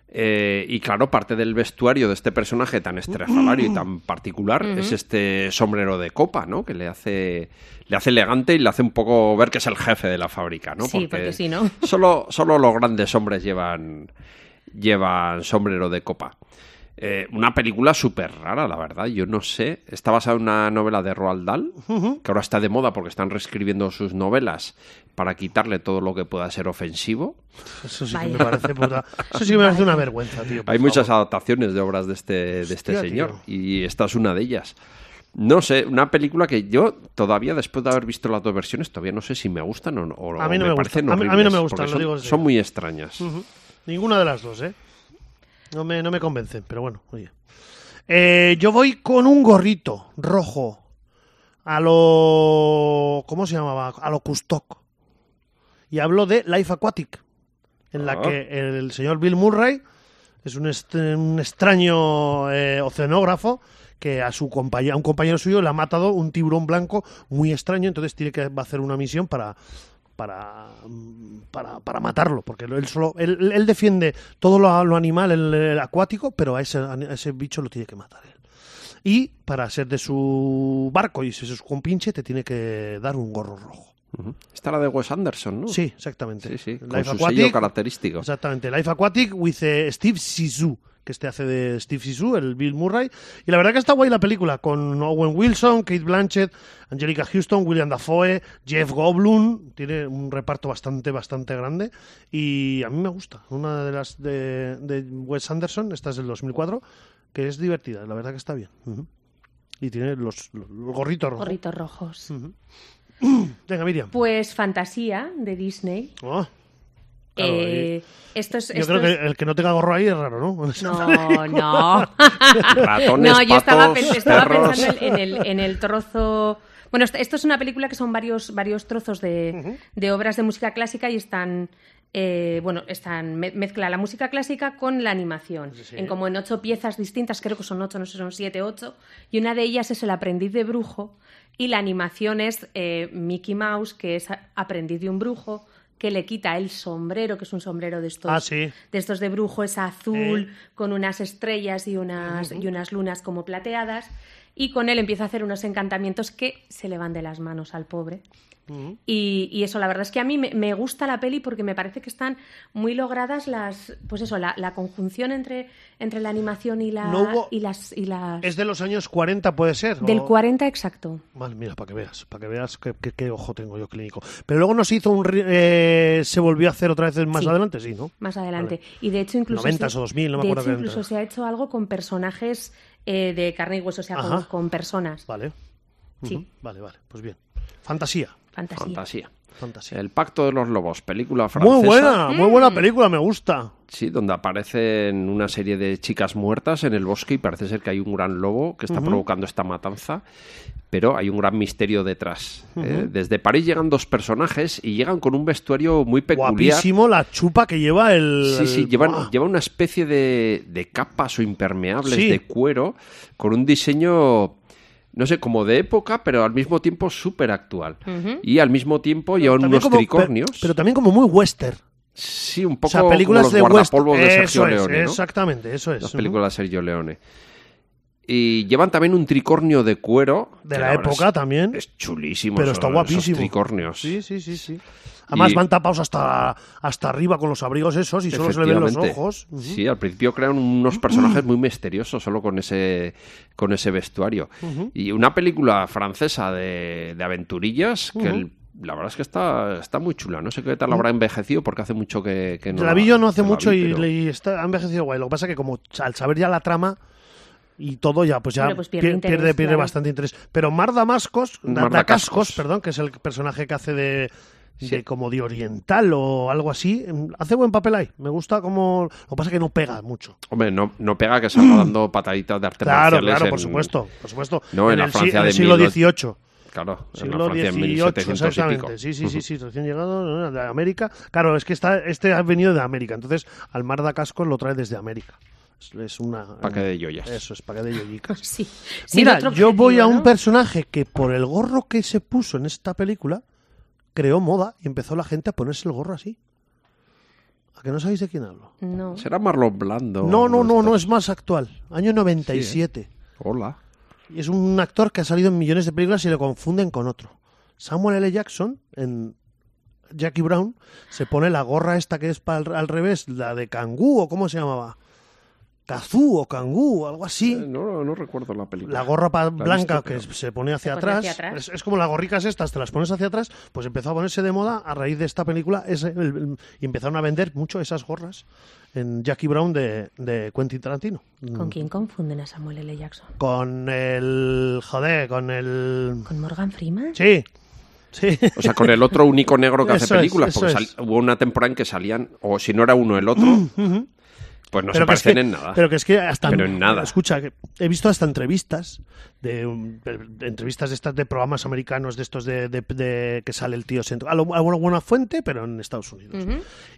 Speaker 2: Eh, y claro, parte del vestuario de este personaje tan estrafalario y tan particular es este sombrero de copa, ¿no? Que le hace, le hace elegante y le hace un poco ver que es el jefe de la fábrica, ¿no?
Speaker 3: Sí, porque sí, ¿no? [laughs]
Speaker 2: Solo, solo los grandes hombres llevan, llevan sombrero de copa. Eh, una película súper rara, la verdad. Yo no sé. Está basada en una novela de Roald Dahl, que ahora está de moda porque están reescribiendo sus novelas para quitarle todo lo que pueda ser ofensivo.
Speaker 1: Eso sí que
Speaker 3: Vaya.
Speaker 1: me parece puta. Eso
Speaker 3: [laughs]
Speaker 1: sí que me parece una vergüenza, tío. por
Speaker 2: Hay muchas
Speaker 1: favor.
Speaker 2: adaptaciones de obras de este, de este
Speaker 1: Hostia,
Speaker 2: señor y esta es una de ellas. No sé, una película que yo todavía, después de haber visto las dos versiones, todavía no sé si me gustan o, o
Speaker 1: A mí no me
Speaker 2: parecen
Speaker 1: gustan. A mí- a mí no
Speaker 2: horribles,
Speaker 1: me gustan, lo
Speaker 2: porque son,
Speaker 1: digo en serio.
Speaker 2: son muy extrañas.
Speaker 1: Ninguna de las dos, ¿eh? No me, no me convencen, pero bueno, oye. Eh, yo voy con un gorrito rojo. A lo. ¿Cómo se llamaba? A lo Kustok. Y hablo de Life Aquatic, en la
Speaker 2: Ah.
Speaker 1: que el señor Bill Murray es un, est- un extraño eh, oceanógrafo que a, su compañe- a un compañero suyo le ha matado un tiburón blanco muy extraño, entonces tiene que va a hacer una misión para para, mm, para, para matarlo, porque él solo él, él defiende todo lo, lo animal, el, el acuático, pero a ese, a ese bicho lo tiene que matar él. Y para ser de su barco y ser su compinche, te tiene que dar un gorro rojo.
Speaker 2: Ujú. Esta era de Wes Anderson, ¿no?
Speaker 1: Sí, exactamente.
Speaker 2: Sí, sí, con
Speaker 1: Life
Speaker 2: su
Speaker 1: Aquatic,
Speaker 2: sello característico.
Speaker 1: Exactamente. Life Aquatic with eh, Steve Sisu, que este hace de Steve Sisu, el Bill Murray. Y la verdad que está guay la película, con Owen Wilson, Kate Blanchett, Angelica Houston, William Dafoe, Jeff Goldblum. Tiene un reparto bastante, bastante grande. Y a mí me gusta. Una de las de, de Wes Anderson, esta es del 2004, que es divertida. La verdad que está bien. Ujú. Y tiene los, los gorritos rojos.
Speaker 3: Gorritos rojos.
Speaker 1: Venga, Miriam.
Speaker 3: Pues Fantasía de Disney.
Speaker 1: Ah, claro, ahí-
Speaker 3: Eh, esto es,
Speaker 1: Yo
Speaker 3: esto
Speaker 1: creo
Speaker 3: es-
Speaker 1: que el que no tenga gorro ahí es raro, ¿no? [laughs] Ah,
Speaker 3: No, no.
Speaker 2: Ratones,
Speaker 3: no, yo estaba,
Speaker 2: patos,
Speaker 3: pen- estaba
Speaker 2: perros.
Speaker 3: pensando en el, en el- en el trozo. Bueno, est- esto es una película que son varios, varios trozos de, de obras de música clásica y están. eh, bueno, están me- mezcla la música clásica con la animación, en como en ocho piezas distintas, creo que son ocho, no sé, son siete, ocho, y una de ellas es el aprendiz de brujo y la animación es eh, Mickey Mouse, que es a- aprendiz de un brujo, que le quita el sombrero, que es un sombrero de estos,
Speaker 1: Ah, sí.
Speaker 3: de estos de brujo, es azul,
Speaker 1: Eh.
Speaker 3: con unas estrellas y unas, y unas lunas como plateadas, y con él empieza a hacer unos encantamientos que se le van de las manos al pobre. Y, y eso, la verdad es que a mí me, me gusta la peli porque me parece que están muy logradas las, pues eso, la, la conjunción entre, entre la animación y, la,
Speaker 1: No hubo-
Speaker 3: y las... Y las
Speaker 1: Es de los años 40, puede ser.
Speaker 3: Del
Speaker 1: o-
Speaker 3: 40 exacto.
Speaker 1: Vale, mira, para que veas, para que veas qué, qué- qué ojo tengo yo clínico. Pero luego nos hizo un. ri- eh, se volvió a hacer otra vez más
Speaker 3: Sí.
Speaker 1: adelante, sí, ¿no?
Speaker 3: Más adelante.
Speaker 1: Vale.
Speaker 3: Y de hecho incluso...
Speaker 1: 90
Speaker 3: se-
Speaker 1: o 2000, no me
Speaker 3: de
Speaker 1: acuerdo
Speaker 3: hecho,
Speaker 1: qué
Speaker 3: incluso
Speaker 1: era.
Speaker 3: se ha hecho algo con personajes eh, de carne y hueso, o sea, con,
Speaker 1: Ajá.
Speaker 3: con personas.
Speaker 1: Vale,
Speaker 3: Sí,
Speaker 1: vale, vale, pues bien. Fantasía,
Speaker 3: fantasía.
Speaker 2: Fantasía.
Speaker 1: fantasía.
Speaker 2: El Pacto de los Lobos, película francesa.
Speaker 1: Muy buena, muy
Speaker 3: Mm.
Speaker 1: buena película, me gusta.
Speaker 2: Sí, donde aparecen una serie de chicas muertas en el bosque y parece ser que hay un gran lobo que está provocando esta matanza, pero hay un gran misterio detrás. ¿eh? Desde París llegan dos personajes y llegan con un vestuario muy peculiar.
Speaker 1: Guapísimo la chupa que lleva el.
Speaker 2: Sí, sí,
Speaker 1: el-
Speaker 2: llevan,
Speaker 1: ¡Buah!
Speaker 2: llevan una especie de, de capas o impermeables
Speaker 1: Sí.
Speaker 2: de cuero con un diseño, no sé, como de época, pero al mismo tiempo súper actual. Y al mismo tiempo llevan
Speaker 1: También
Speaker 2: unos
Speaker 1: como- per-
Speaker 2: tricornios.
Speaker 1: Pero, también como muy western.
Speaker 2: sí, un poco
Speaker 1: o sea, películas
Speaker 2: como los
Speaker 1: de western.
Speaker 2: guardapolvos de Sergio
Speaker 1: eso es,
Speaker 2: Leone, ¿no?
Speaker 1: exactamente, eso es.
Speaker 2: las
Speaker 1: Ujú.
Speaker 2: películas de Sergio Leone. Y llevan también un tricornio de cuero.
Speaker 1: De
Speaker 2: que
Speaker 1: la
Speaker 2: verdad
Speaker 1: época
Speaker 2: es-
Speaker 1: también.
Speaker 2: Es chulísimo.
Speaker 1: Pero
Speaker 2: esos-
Speaker 1: está guapísimo.
Speaker 2: Esos tricornios.
Speaker 1: Sí, sí, sí, sí. Además
Speaker 2: Y-
Speaker 1: van tapados hasta, hasta arriba con los abrigos esos y solo se le ven los
Speaker 2: Efectivamente.
Speaker 1: ojos. Ujú.
Speaker 2: Sí, al principio crean unos personajes muy misteriosos solo con ese, con ese vestuario. Y una película francesa de, de aventurillas que el- la verdad es que está, está muy chula. No sé qué tal habrá envejecido porque hace mucho que, que no.
Speaker 1: la vi yo no hace
Speaker 2: que la
Speaker 1: mucho
Speaker 2: vi,
Speaker 1: y,
Speaker 2: pero-
Speaker 1: le- y está, ha envejecido guay. Lo que pasa que como ch- al saber ya la trama y todo ya, pues ya
Speaker 3: Hombre, pues pierde
Speaker 1: pier-
Speaker 3: interés,
Speaker 1: pierde, pierde
Speaker 3: claro.
Speaker 1: bastante interés. Pero Mar Damascos, Da-
Speaker 2: Mar
Speaker 1: Dacascos,
Speaker 2: Dacascos.
Speaker 1: perdón, que es el personaje que hace de, de como de oriental o algo así, em, hace buen papel ahí. Me gusta como... Lo que pasa que no pega mucho.
Speaker 2: Hombre, no, no pega que salga dando [clears throat] pataditas de arte
Speaker 1: Claro,
Speaker 2: marciales
Speaker 1: claro, por
Speaker 2: en-
Speaker 1: supuesto, por supuesto.
Speaker 2: No, en la
Speaker 1: el, si-
Speaker 2: Francia
Speaker 1: en el
Speaker 2: de
Speaker 1: siglo
Speaker 2: 1900.
Speaker 1: XVIII.
Speaker 2: Claro, en la
Speaker 1: Siglo
Speaker 2: Francia en
Speaker 1: XVIII,
Speaker 2: 1700 y pico.
Speaker 1: exactamente. Sí, sí, sí, sí, recién llegado ¿no? de América. Claro, es que está, este ha venido de América, entonces al Mar da Cascos lo trae desde América. Es- Es una.
Speaker 2: Paquete de yoyas.
Speaker 1: Eso, es paquete de yoyicas.
Speaker 3: Sí. sin
Speaker 1: Mira,
Speaker 3: otro
Speaker 1: yo
Speaker 3: objetivo,
Speaker 1: voy a un
Speaker 3: ¿no?
Speaker 1: personaje que por el gorro que se puso en esta película creó moda y empezó la gente a ponerse el gorro así. ¿A que no sabéis de quién hablo?
Speaker 3: No.
Speaker 2: ¿Será Marlon Blando?
Speaker 1: No, no, no, no, es más actual.
Speaker 2: ¿eh?
Speaker 1: Año 97.
Speaker 2: Hola.
Speaker 1: Y es un actor que ha salido en millones de películas y lo confunden con otro. Samuel L. Jackson, en Jackie Brown, se pone la gorra esta que es para al, al revés, la de Kangoo o cómo se llamaba. Kazoo o Kangoo, algo
Speaker 2: Eh,
Speaker 1: así.
Speaker 2: No, no recuerdo la película.
Speaker 1: La gorra pa-
Speaker 2: visto,
Speaker 1: blanca que
Speaker 2: pero-
Speaker 1: se pone hacia
Speaker 3: Se pone
Speaker 1: atrás.
Speaker 3: hacia atrás.
Speaker 1: Es, es como las gorricas estas, te las pones hacia atrás. Pues empezó a ponerse de moda a raíz de esta película. ese- el- el- y empezaron a vender mucho esas gorras en Jackie Brown de, de Quentin Tarantino.
Speaker 3: ¿Con quién confunden a Samuel L. Jackson?
Speaker 1: Con el. Joder, con el.
Speaker 3: ¿Con Morgan Freeman?
Speaker 1: Sí. Sí.
Speaker 2: O sea, con el otro único negro que hace
Speaker 1: Eso es,
Speaker 2: películas. porque
Speaker 1: eso es.
Speaker 2: sal- hubo una temporada en que salían, o si no era uno el otro, pues no se
Speaker 1: que es
Speaker 2: parecen
Speaker 1: que-
Speaker 2: en nada.
Speaker 1: Pero que es que hasta.
Speaker 2: Pero en nada.
Speaker 1: Escucha, que he visto hasta entrevistas. De, um, de- de entrevistas de estas de programas americanos, de estos de, de- de que sale el tío centro. A lo- a una buena fuente, pero en Estados Unidos.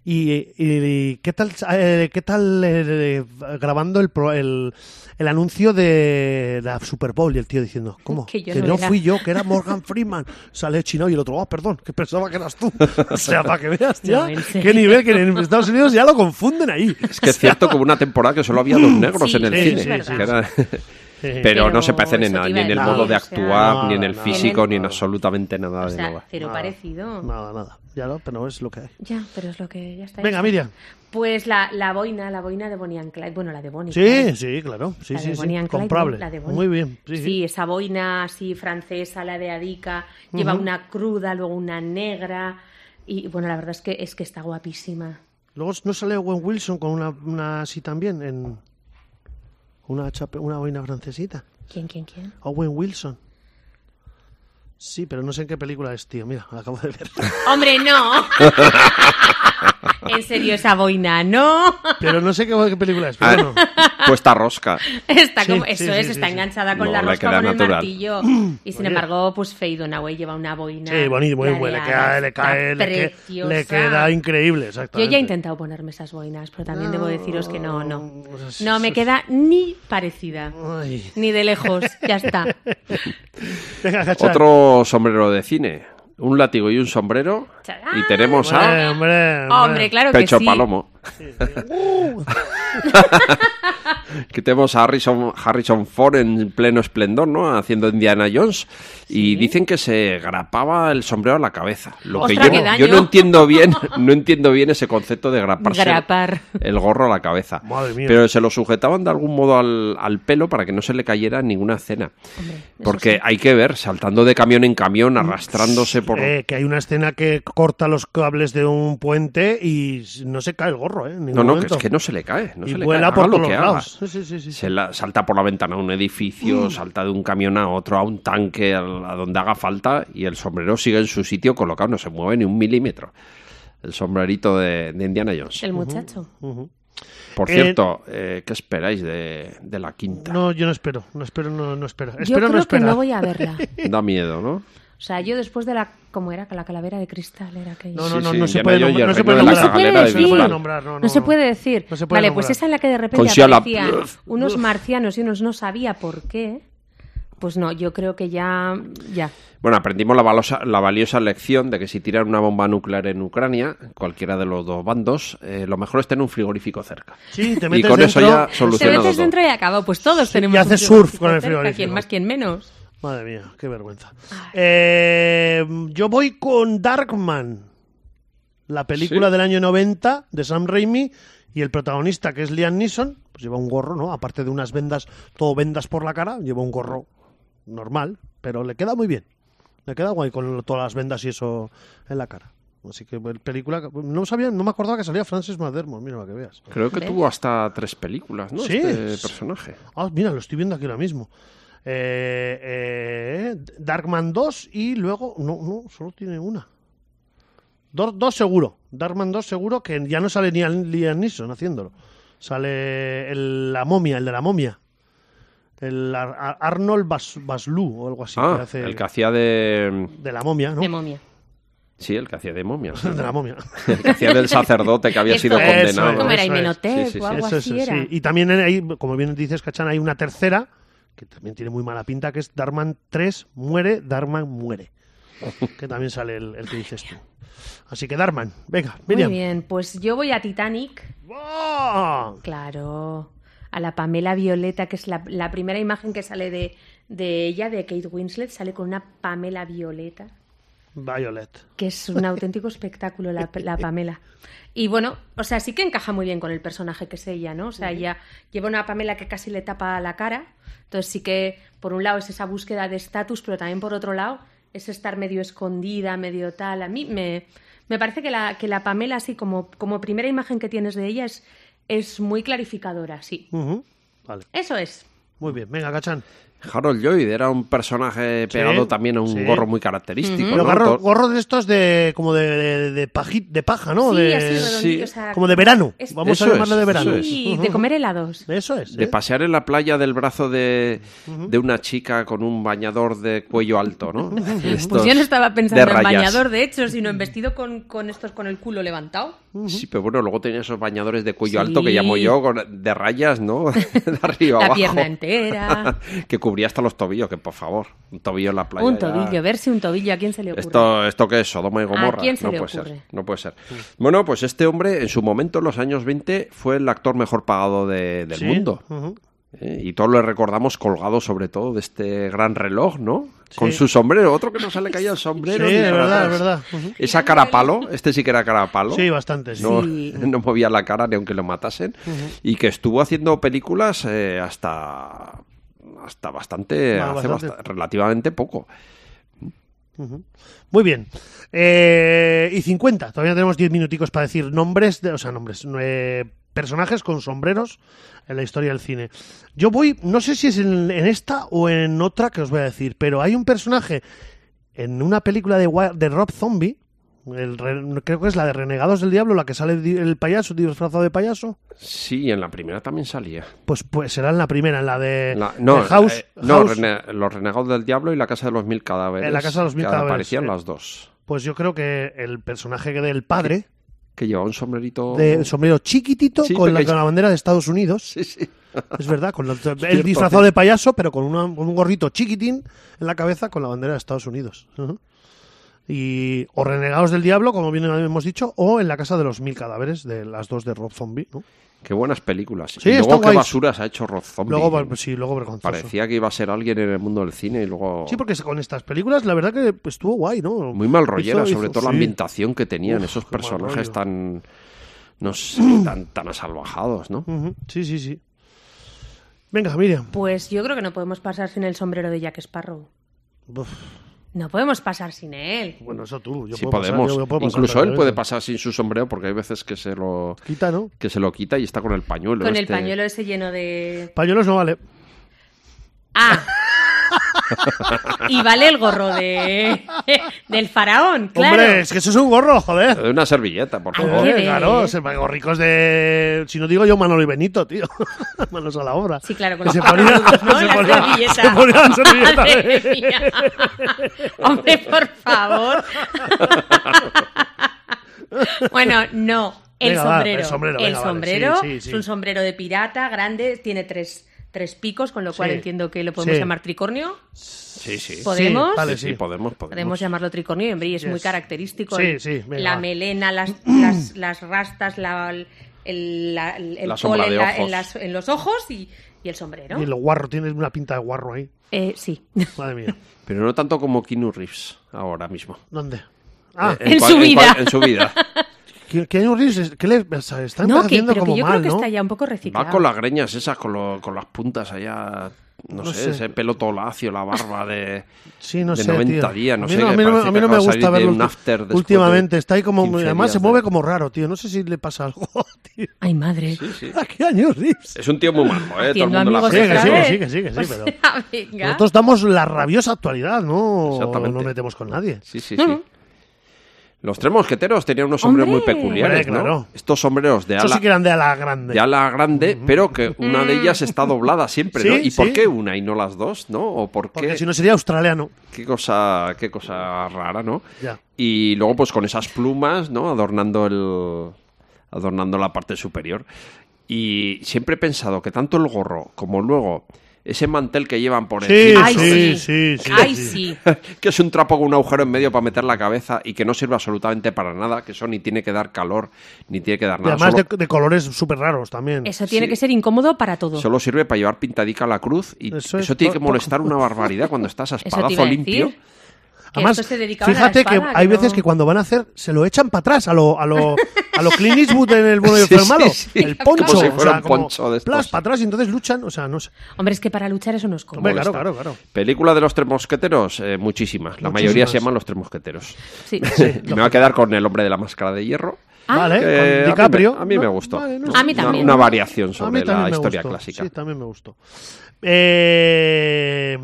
Speaker 1: y, y- qué tal, eh, qué tal eh, grabando el, pro- el, el anuncio de la Super Bowl y el tío diciendo, ¿cómo?
Speaker 3: Que yo no
Speaker 1: no
Speaker 3: era".
Speaker 1: fui yo, que era Morgan Freeman. Sale chino y el otro, ah, perdón, que pensaba que eras tú. [laughs] O sea, para que veas
Speaker 3: [laughs] No,
Speaker 1: ya
Speaker 3: en
Speaker 1: qué
Speaker 3: serio.
Speaker 1: nivel que en Estados Unidos ya lo confunden ahí. [laughs]
Speaker 2: Es que es cierto que hubo una temporada que solo había dos negros
Speaker 3: Sí,
Speaker 2: en el
Speaker 1: sí,
Speaker 2: cine.
Speaker 1: es verdad.
Speaker 2: que era- [laughs] pero, no
Speaker 3: Pero
Speaker 2: se parecen en
Speaker 3: eso
Speaker 2: nada,
Speaker 3: te
Speaker 2: ni
Speaker 3: iba
Speaker 2: en el
Speaker 3: a
Speaker 2: modo de
Speaker 3: decir, o sea,
Speaker 2: actuar, ni en
Speaker 1: nada,
Speaker 2: el
Speaker 1: nada,
Speaker 2: físico, ni en
Speaker 1: nada.
Speaker 2: absolutamente nada
Speaker 3: O
Speaker 2: de
Speaker 3: sea,
Speaker 2: nada.
Speaker 3: cero parecido.
Speaker 1: Nada, nada. Ya no, pero es lo que hay.
Speaker 3: Ya, pero es lo que ya está.
Speaker 1: Venga,
Speaker 3: hecho.
Speaker 1: Miriam.
Speaker 3: Pues la, la boina, la boina de Bonnie and Clyde. Bueno, la de Bonnie.
Speaker 1: Sí,
Speaker 3: claro.
Speaker 1: sí, claro. Sí,
Speaker 3: La de
Speaker 1: sí, sí.
Speaker 3: Bonnie and Clyde,
Speaker 1: Comprable.
Speaker 3: la de Bonnie.
Speaker 1: Muy bien. Sí,
Speaker 3: Sí,
Speaker 1: sí.
Speaker 3: esa boina así francesa, la de Adica, lleva una cruda, luego una negra. Y bueno, la verdad es que es que está guapísima.
Speaker 1: Luego no sale Owen Wilson con una, una así también, en una, chape- una boina francesita.
Speaker 3: ¿Quién, quién, quién?
Speaker 1: Owen Wilson. Sí, pero no sé en qué película es, tío. Mira, la acabo de
Speaker 3: [laughs]
Speaker 1: ver.
Speaker 3: ¡Hombre, no! [laughs] en serio, esa boina, no.
Speaker 1: Pero no sé qué, qué película es. Pero bueno.
Speaker 2: Puesta rosca.
Speaker 3: Está
Speaker 1: Sí,
Speaker 3: como,
Speaker 1: sí,
Speaker 3: eso
Speaker 1: sí,
Speaker 3: es,
Speaker 1: sí,
Speaker 3: está
Speaker 1: sí.
Speaker 3: enganchada con
Speaker 2: No,
Speaker 3: la
Speaker 2: le
Speaker 3: rosca
Speaker 2: queda
Speaker 3: con el
Speaker 2: natural.
Speaker 3: martillo. Y sin
Speaker 1: Oye.
Speaker 3: embargo, pues Faye Dunaway lleva una boina.
Speaker 1: Sí, bonito, muy bueno. Le
Speaker 3: plateada,
Speaker 1: cae, le cae,
Speaker 3: está
Speaker 1: le, que-
Speaker 3: preciosa.
Speaker 1: le queda increíble,
Speaker 3: Yo
Speaker 1: exactamente.
Speaker 3: ya he intentado ponerme esas boinas, pero también debo deciros que no, no.
Speaker 1: pues-
Speaker 3: No me queda ni parecida.
Speaker 1: Ay.
Speaker 3: Ni de lejos,
Speaker 1: [laughs]
Speaker 3: ya está.
Speaker 1: Venga, cachar.
Speaker 2: Otro sombrero de cine. Un látigo y un sombrero.
Speaker 3: Chará.
Speaker 2: Y tenemos
Speaker 1: Hombre,
Speaker 2: a
Speaker 1: hombre,
Speaker 3: Hombre, claro que
Speaker 2: Pecho
Speaker 3: sí.
Speaker 2: Palomo. [laughs] que tenemos a Harrison, Harrison Ford en pleno esplendor, ¿no? Haciendo Indiana Jones. Y dicen que se grapaba el sombrero a la cabeza. Lo que
Speaker 3: Ostras,
Speaker 2: yo,
Speaker 3: qué
Speaker 2: no-
Speaker 3: daño.
Speaker 2: yo no entiendo bien, [laughs] no entiendo bien ese concepto de graparse
Speaker 3: Grapar.
Speaker 2: el gorro a la cabeza.
Speaker 1: Madre mía.
Speaker 2: Pero se lo sujetaban de algún modo al, al pelo para que no se le cayera ninguna cena. Porque hay que ver, saltando de camión en camión,
Speaker 1: Mm,
Speaker 2: arrastrándose por...
Speaker 1: Eh, que hay una escena que corta los cables de un puente y no se cae el gorro, ¿eh? En ningún
Speaker 2: No, no, que
Speaker 1: momento.
Speaker 2: es que no se le cae. No
Speaker 1: y
Speaker 2: se le
Speaker 1: vuela
Speaker 2: cae.
Speaker 1: por
Speaker 2: haga
Speaker 1: todos
Speaker 2: lo que
Speaker 1: los
Speaker 2: haga.
Speaker 1: lados. Mm. Sí, sí, sí, sí.
Speaker 2: Se la, salta por la ventana a un edificio, salta de un camión a otro, a un tanque, al- a, donde haga falta, y el sombrero sigue en su sitio colocado, no se mueve ni un milímetro. El sombrerito de, de Indiana Jones.
Speaker 3: El muchacho.
Speaker 2: Por
Speaker 1: Eh,
Speaker 2: cierto, eh, ¿qué esperáis de, de la quinta?
Speaker 1: No, yo no espero, no espero, no, no espero.
Speaker 3: Yo
Speaker 1: Espero,
Speaker 3: creo
Speaker 1: no
Speaker 3: que
Speaker 1: espero.
Speaker 3: no voy a verla.
Speaker 1: [laughs]
Speaker 2: Da miedo, ¿no?
Speaker 3: O sea, yo después de la. ¿Cómo era? La calavera de cristal era aquella.
Speaker 1: No,
Speaker 2: Sí,
Speaker 1: no, no,
Speaker 2: sí,
Speaker 1: no se
Speaker 2: Indiana
Speaker 1: puede
Speaker 2: Jones y
Speaker 1: nombrar. No
Speaker 2: el
Speaker 1: se puede
Speaker 2: reino de la
Speaker 1: nombrar. No
Speaker 2: calavera de
Speaker 1: se puede
Speaker 2: Bisbal.
Speaker 1: nombrar, no, no,
Speaker 3: se
Speaker 1: no.
Speaker 3: puede decir.
Speaker 1: No se puede
Speaker 3: vale,
Speaker 1: nombrar.
Speaker 3: pues esa en la que de
Speaker 2: Con
Speaker 3: repente
Speaker 2: Shia la-
Speaker 3: aparecían unos marcianos y unos no sabía por qué. Pues no, yo creo que ya. Ya.
Speaker 2: Bueno, aprendimos la, valosa- la valiosa lección de que si tiran una bomba nuclear en Ucrania, cualquiera de los dos bandos, eh, lo mejor es tener un frigorífico cerca.
Speaker 1: Sí, te
Speaker 2: y
Speaker 1: metes
Speaker 2: con eso
Speaker 1: dentro.
Speaker 2: ya
Speaker 3: Te
Speaker 2: solucionado
Speaker 3: metes
Speaker 2: todo.
Speaker 3: Pues dentro y acabó. Pues todos tenemos.
Speaker 1: y
Speaker 3: un
Speaker 1: haces surf con el
Speaker 3: cerca,
Speaker 1: frigorífico.
Speaker 3: Quien más, quien menos.
Speaker 1: Madre mía, qué vergüenza. Eh, yo voy con Darkman, la película del año 90 de Sam Raimi y el protagonista que es Liam Neeson, pues lleva un gorro, ¿no? Aparte de unas vendas, todo vendas por la cara, lleva un gorro normal, pero le queda muy bien. Le queda guay con todas las vendas y eso en la cara. Así que bueno, película, que- no sabía, no me acordaba que salía Francis McDermott, mira para que veas.
Speaker 2: Creo que
Speaker 3: ¿Ves?
Speaker 2: tuvo hasta tres películas, ¿no?
Speaker 1: Sí.
Speaker 2: Este personaje.
Speaker 1: Ah, mira, lo estoy viendo aquí ahora mismo. Eh, eh, Darkman 2 y luego. No, no, solo tiene una. Do- Dos seguro. Darkman 2 seguro que ya no sale ni a Liam Neeson haciéndolo. Sale el- la momia, el de la momia. El Ar- Ar- Arnold Bas- Baslou o algo así.
Speaker 2: ah,
Speaker 1: que hace
Speaker 2: el que hacía de.
Speaker 1: De la momia, ¿no?
Speaker 3: De momia.
Speaker 2: Sí, el que hacía de momia.
Speaker 1: [laughs]
Speaker 2: sí.
Speaker 1: de la momia.
Speaker 2: El que hacía del sacerdote que había
Speaker 3: Eso
Speaker 2: sido
Speaker 3: es.
Speaker 2: condenado.
Speaker 1: Eso
Speaker 3: ¿Cómo era?
Speaker 1: es.
Speaker 3: Himenotep
Speaker 2: Sí, sí, sí.
Speaker 3: o algo
Speaker 1: Eso es,
Speaker 3: así era.
Speaker 1: sí. Y también hay, como bien dices, Cachán, hay una tercera que también tiene muy mala pinta, que es Darman 3 muere, Darman
Speaker 2: [laughs]
Speaker 1: muere. Que también sale el, el que dices tú. Así que Darman, venga, Miriam.
Speaker 3: Muy bien, pues yo voy a Titanic.
Speaker 1: ¡Buah!
Speaker 3: Claro. A la Pamela Violeta, que es la, la primera imagen que sale de, de ella, de Kate Winslet, sale con una Pamela Violeta,
Speaker 1: Violet.
Speaker 3: que es un auténtico espectáculo la, la Pamela. Y bueno, o sea, sí que encaja muy bien con el personaje que es ella, ¿no? O sea, ella lleva una Pamela que casi le tapa la cara. Entonces sí que, por un lado, es esa búsqueda de estatus, pero también por otro lado, es estar medio escondida, medio tal. A mí me, me parece que la, que la Pamela, así como, como primera imagen que tienes de ella, es, es muy clarificadora, sí.
Speaker 1: Ujú. Vale,
Speaker 3: Eso es.
Speaker 1: muy bien, venga, Cachán.
Speaker 2: Harold Lloyd era un personaje pegado también a un
Speaker 1: sí.
Speaker 2: gorro muy característico.
Speaker 1: Pero
Speaker 2: ¿no?
Speaker 1: gorro,
Speaker 2: To-
Speaker 1: gorro de estos de como de, de, de paji- de paja, ¿no?
Speaker 3: sí,
Speaker 1: de,
Speaker 3: así redondillo,
Speaker 2: sí.
Speaker 3: o sea,
Speaker 1: como de verano.
Speaker 3: Es-
Speaker 1: Vamos a
Speaker 2: Eso
Speaker 1: llamarlo
Speaker 2: es,
Speaker 1: de verano.
Speaker 2: eso
Speaker 3: Sí, de comer helados.
Speaker 1: Eso es.
Speaker 2: De
Speaker 1: ¿eh?
Speaker 2: pasear en la playa del brazo de, de una chica con un bañador de cuello alto,
Speaker 3: [laughs]
Speaker 2: ¿no?
Speaker 3: Pues
Speaker 2: Estos
Speaker 3: yo no estaba pensando
Speaker 2: de
Speaker 3: en
Speaker 2: rayas.
Speaker 3: bañador, de hecho, sino en vestido con, con estos con el culo levantado.
Speaker 2: Sí, pero bueno, luego tenía esos bañadores de cuello
Speaker 3: Sí.
Speaker 2: alto que llamo yo, con- de rayas, ¿no? [laughs] De arriba
Speaker 3: La
Speaker 2: abajo. [laughs]
Speaker 3: pierna entera.
Speaker 2: que cubría hasta los tobillos, que por favor, un tobillo en la playa. ya-
Speaker 3: un tobillo, verse un tobillo, ¿a quién se le ocurre?
Speaker 2: Esto, ¿Esto qué es? Sodoma y Gomorra.
Speaker 3: ¿A quién se
Speaker 2: no
Speaker 3: le
Speaker 2: puede
Speaker 3: ocurre? Mm.
Speaker 2: ser. No puede ser. Bueno, pues este hombre, en su momento, en los años 20, fue el actor mejor pagado de- del
Speaker 1: Sí.
Speaker 2: mundo.
Speaker 1: Ujú.
Speaker 2: ¿eh? Y todos lo recordamos colgado, sobre todo, de este gran reloj, ¿no?
Speaker 1: Sí.
Speaker 2: Con su sombrero. Otro que no se le caía el sombrero.
Speaker 1: Sí,
Speaker 2: ni
Speaker 1: es
Speaker 2: para
Speaker 1: verdad, es
Speaker 2: atrás.
Speaker 1: verdad. Ujú.
Speaker 2: Esa cara a palo, este sí que era cara a palo.
Speaker 1: Sí, bastante, sí.
Speaker 2: No,
Speaker 3: Sí.
Speaker 2: [laughs] no movía la cara ni aunque lo matasen. Y que estuvo haciendo películas eh, hasta hasta bastante,
Speaker 1: Ah,
Speaker 2: hace
Speaker 1: bastante.
Speaker 2: basta- relativamente poco.
Speaker 1: Muy bien. Eh, y 50. Todavía tenemos 10 minuticos para decir nombres, de, o sea, nombres, eh, personajes con sombreros en la historia del cine. Yo voy, no sé si es en, en esta o en otra que os voy a decir, pero hay un personaje en una película de, Wa- de Rob Zombie, el re- creo que es la de Renegados del Diablo, la que sale di- el payaso disfrazado de payaso.
Speaker 2: Sí, y en la primera también salía.
Speaker 1: Pues, pues será en la primera, en la de,
Speaker 2: La- no,
Speaker 1: de House.
Speaker 2: eh, no,
Speaker 1: House.
Speaker 2: Rene- Los Renegados del Diablo y La Casa de los Mil Cadáveres.
Speaker 1: Eh, La Casa de los Mil
Speaker 2: que
Speaker 1: Cadáveres,
Speaker 2: Aparecían
Speaker 1: eh.
Speaker 2: las dos.
Speaker 1: Pues yo creo que el personaje del padre.
Speaker 2: Que llevaba un sombrerito.
Speaker 1: de sombrero chiquitito
Speaker 2: Sí,
Speaker 1: con, la,
Speaker 2: pequeño.
Speaker 1: con la bandera de Estados Unidos.
Speaker 2: Sí, [laughs] sí.
Speaker 1: Es verdad,
Speaker 2: [laughs]
Speaker 1: con la- el
Speaker 2: cierto,
Speaker 1: disfrazado
Speaker 2: sí.
Speaker 1: de payaso, pero con, una- con un gorrito chiquitín en la cabeza con la bandera de Estados Unidos. Ujú. Y o Renegados del Diablo, como bien hemos dicho, o en la casa de los mil cadáveres, de las dos de Rob Zombie. ¿no?
Speaker 2: Qué buenas películas.
Speaker 1: Sí,
Speaker 2: y
Speaker 1: está
Speaker 2: luego qué
Speaker 1: guays.
Speaker 2: basuras ha hecho Rob Zombie.
Speaker 1: Luego, pues, ver- sí, luego vergonzoso.
Speaker 2: Parecía que iba a ser alguien en el mundo del cine y luego.
Speaker 1: Sí, porque con estas películas la verdad que pues, estuvo guay, ¿no?
Speaker 2: Muy mal rollera,
Speaker 1: Hizo-
Speaker 2: sobre
Speaker 1: hizo-
Speaker 2: todo la
Speaker 1: sí.
Speaker 2: ambientación que tenían
Speaker 1: Uf,
Speaker 2: esos
Speaker 1: qué mal
Speaker 2: personajes
Speaker 1: rollo.
Speaker 2: tan.
Speaker 1: [clears throat]
Speaker 2: No sé, tan, tan asalvajados, ¿no?
Speaker 1: Ujú, Sí, sí, sí. Venga, Miriam.
Speaker 3: Pues yo creo que no podemos pasar sin el sombrero de Jack Sparrow.
Speaker 1: Uf,
Speaker 3: No podemos pasar sin él.
Speaker 1: bueno, eso tú. Yo
Speaker 2: Sí,
Speaker 1: puedo pasar,
Speaker 2: podemos.
Speaker 1: yo- yo puedo pasar
Speaker 2: Incluso él puede
Speaker 1: perfectamente.
Speaker 2: pasar sin su sombrero porque hay veces que se lo,
Speaker 1: Quita, ¿no?
Speaker 2: que se lo quita y está con el pañuelo.
Speaker 3: Con el
Speaker 2: este.
Speaker 3: pañuelo ese lleno de...
Speaker 1: Pañuelos no vale.
Speaker 2: [laughs]
Speaker 3: ¡Ah! y vale el gorro de... [laughs] del faraón, claro.
Speaker 1: Hombre, es que eso es un gorro, joder.
Speaker 2: Eh, Una servilleta, por favor.
Speaker 1: Joder,
Speaker 3: Qué
Speaker 1: claro,
Speaker 3: bien.
Speaker 1: se me ricos de. Si no digo yo Manolo y Benito, tío. [laughs] Manos a la obra.
Speaker 3: Sí, claro, con
Speaker 1: Que
Speaker 3: los
Speaker 1: se ponían.
Speaker 3: cojonudos, ¿no?
Speaker 1: que [laughs] se
Speaker 3: La
Speaker 1: ponían-
Speaker 3: servilleta.
Speaker 1: se ponían servilletas,
Speaker 3: [laughs] Madre
Speaker 1: ¿eh?
Speaker 3: mía.
Speaker 1: [laughs]
Speaker 3: Hombre, por favor. bueno, no. El
Speaker 1: Venga, va,
Speaker 3: sombrero.
Speaker 1: el sombrero,
Speaker 3: El
Speaker 1: venga, vale,
Speaker 3: sombrero
Speaker 1: sí, sí, sí.
Speaker 3: es un sombrero de pirata grande, tiene tres, tres picos, con lo cual
Speaker 1: Sí,
Speaker 3: entiendo que lo podemos
Speaker 1: sí.
Speaker 3: llamar tricornio.
Speaker 2: Sí, sí.
Speaker 3: Pod- ¿Podemos?
Speaker 1: Sí, vale,
Speaker 2: Sí,
Speaker 1: sí.
Speaker 2: podemos, podemos.
Speaker 3: Podemos llamarlo tricornio, hombre, y es muy
Speaker 1: Yes.
Speaker 3: característico.
Speaker 1: Sí,
Speaker 3: el-
Speaker 1: sí, venga,
Speaker 3: la
Speaker 1: va.
Speaker 3: melena,
Speaker 1: [clears throat]
Speaker 3: las, las, las rastas, la, el, la- el
Speaker 2: La
Speaker 3: col
Speaker 2: sombra
Speaker 3: en,
Speaker 2: de
Speaker 3: la-
Speaker 2: ojos.
Speaker 3: en las- en los ojos y, y el sombrero.
Speaker 1: Y el guarro, tienes una pinta de guarro ahí.
Speaker 3: Eh, sí.
Speaker 1: Madre mía.
Speaker 2: Pero no tanto como Keanu Reeves ahora mismo.
Speaker 1: ¿Dónde? Ah,
Speaker 2: Eh,
Speaker 3: [laughs] En
Speaker 2: cua-
Speaker 3: su
Speaker 2: en cua-
Speaker 3: vida.
Speaker 2: En su vida.
Speaker 1: que que hay un Reeves, que le o sea, está
Speaker 3: No, que,
Speaker 1: haciendo
Speaker 3: pero
Speaker 1: como
Speaker 3: que yo
Speaker 1: mal,
Speaker 3: creo que
Speaker 1: ¿no?
Speaker 3: está ya un poco reciclado.
Speaker 2: Va con las greñas esas, con, lo- con las puntas allá. No,
Speaker 1: No
Speaker 2: sé,
Speaker 1: sé.
Speaker 2: ese pelo todo lacio, la barba de,
Speaker 1: Sí, no
Speaker 2: de
Speaker 1: sé,
Speaker 2: 90
Speaker 1: tío.
Speaker 2: días. No
Speaker 1: a mí
Speaker 2: sé,
Speaker 1: no, a
Speaker 2: que
Speaker 1: mí no-
Speaker 2: parece
Speaker 1: a mí
Speaker 2: que
Speaker 1: no me
Speaker 2: acaba de salir
Speaker 1: gusta
Speaker 2: de
Speaker 1: verlo
Speaker 2: un after después de
Speaker 1: últimamente. Está ahí como,
Speaker 2: 15
Speaker 1: además se
Speaker 2: días
Speaker 1: mueve
Speaker 2: de-
Speaker 1: como raro, tío. No sé si le pasa algo, [laughs] tío.
Speaker 3: Ay, madre.
Speaker 1: ¿A qué año Reeves?
Speaker 2: Es un tío muy majo, ¿eh? Todo el
Speaker 3: Haciendo
Speaker 2: mundo lo
Speaker 3: amigos
Speaker 1: Sí,
Speaker 2: aprecia.
Speaker 1: que sí, que
Speaker 3: otra vez.
Speaker 1: sí, que sí, que sí,
Speaker 3: [laughs] O
Speaker 1: pero-
Speaker 3: sea, venga.
Speaker 1: Nosotros damos la rabiosa actualidad, ¿no? No
Speaker 2: Exactamente.
Speaker 1: nos metemos con nadie.
Speaker 2: Sí, sí, sí. Los tres mosqueteros tenían unos sombreros muy
Speaker 3: Hombre.
Speaker 2: peculiares,
Speaker 1: Hombre, claro.
Speaker 2: ¿no? Estos sombreros de
Speaker 1: Eso
Speaker 2: ala,
Speaker 1: sí que eran de ala grande.
Speaker 2: de ala grande, pero que una
Speaker 3: Mm.
Speaker 2: de ellas está doblada siempre, ¿no?
Speaker 1: Sí,
Speaker 2: ¿Y por
Speaker 1: sí.
Speaker 2: qué una y no las dos, no? ¿O por
Speaker 1: porque
Speaker 2: qué?
Speaker 1: si no sería australiano.
Speaker 2: Qué cosa, qué cosa rara, ¿no?
Speaker 1: Ya.
Speaker 2: Y luego, pues con esas plumas, ¿no? Adornando el. adornando la parte superior. Y siempre he pensado que tanto el gorro como luego ese mantel que llevan por
Speaker 1: Sí,
Speaker 2: encima,
Speaker 3: Ay,
Speaker 1: sí,
Speaker 3: sí.
Speaker 1: sí, sí.
Speaker 3: Ay,
Speaker 1: sí.
Speaker 3: sí.
Speaker 2: [laughs]
Speaker 1: [laughs]
Speaker 2: que es un trapo con un agujero en medio para meter la cabeza y que no sirve absolutamente para nada, que eso ni tiene que dar calor, ni tiene que dar
Speaker 1: Y
Speaker 2: nada.
Speaker 1: además
Speaker 2: solo-
Speaker 1: de, de colores súper raros también.
Speaker 3: Eso tiene que ser incómodo para todo.
Speaker 2: Solo sirve para llevar pintadica la cruz y
Speaker 1: Eso
Speaker 2: eso,
Speaker 1: es
Speaker 2: tiene
Speaker 1: po-
Speaker 2: que molestar una barbaridad cuando estás a
Speaker 3: [laughs] Eso te iba
Speaker 2: espadazo
Speaker 3: a decir.
Speaker 2: limpio.
Speaker 3: Que
Speaker 1: Además,
Speaker 3: estos se dedicaban a la
Speaker 1: fíjate que
Speaker 3: espada,
Speaker 1: hay
Speaker 3: que
Speaker 1: veces
Speaker 3: no-
Speaker 1: que cuando van a hacer, se lo echan para atrás a lo, a
Speaker 3: [laughs]
Speaker 1: lo, a lo Clint Eastwood en el bueno y el
Speaker 2: Sí,
Speaker 1: feo malo.
Speaker 2: sí, sí.
Speaker 1: El poncho.
Speaker 2: Como si
Speaker 1: o
Speaker 2: fuera
Speaker 1: sea,
Speaker 2: un
Speaker 1: como
Speaker 2: poncho de estos.
Speaker 1: plas para atrás y entonces luchan. O sea, no sé.
Speaker 3: Hombre, es que para luchar eso no es cómodo.
Speaker 1: Hombre, claro, claro, claro.
Speaker 2: Película de los tres mosqueteros, eh, muchísimas. La
Speaker 1: Muchísimas.
Speaker 2: mayoría se llaman los tres mosqueteros.
Speaker 1: [laughs]
Speaker 3: Sí.
Speaker 2: Y [laughs] me va a quedar con el hombre de la máscara de hierro.
Speaker 3: Ah.
Speaker 1: vale, ¿Eh? con
Speaker 2: que Eh, a mí me-
Speaker 1: DiCaprio.
Speaker 2: A mí, me
Speaker 1: No,
Speaker 2: gustó.
Speaker 1: vale, no
Speaker 2: Una-
Speaker 1: sé.
Speaker 3: A mí también.
Speaker 2: Una,
Speaker 1: A
Speaker 2: variación
Speaker 1: mí
Speaker 2: sobre
Speaker 1: también me
Speaker 2: la historia
Speaker 1: gustó.
Speaker 2: clásica.
Speaker 1: Sí, también me gustó. Eh,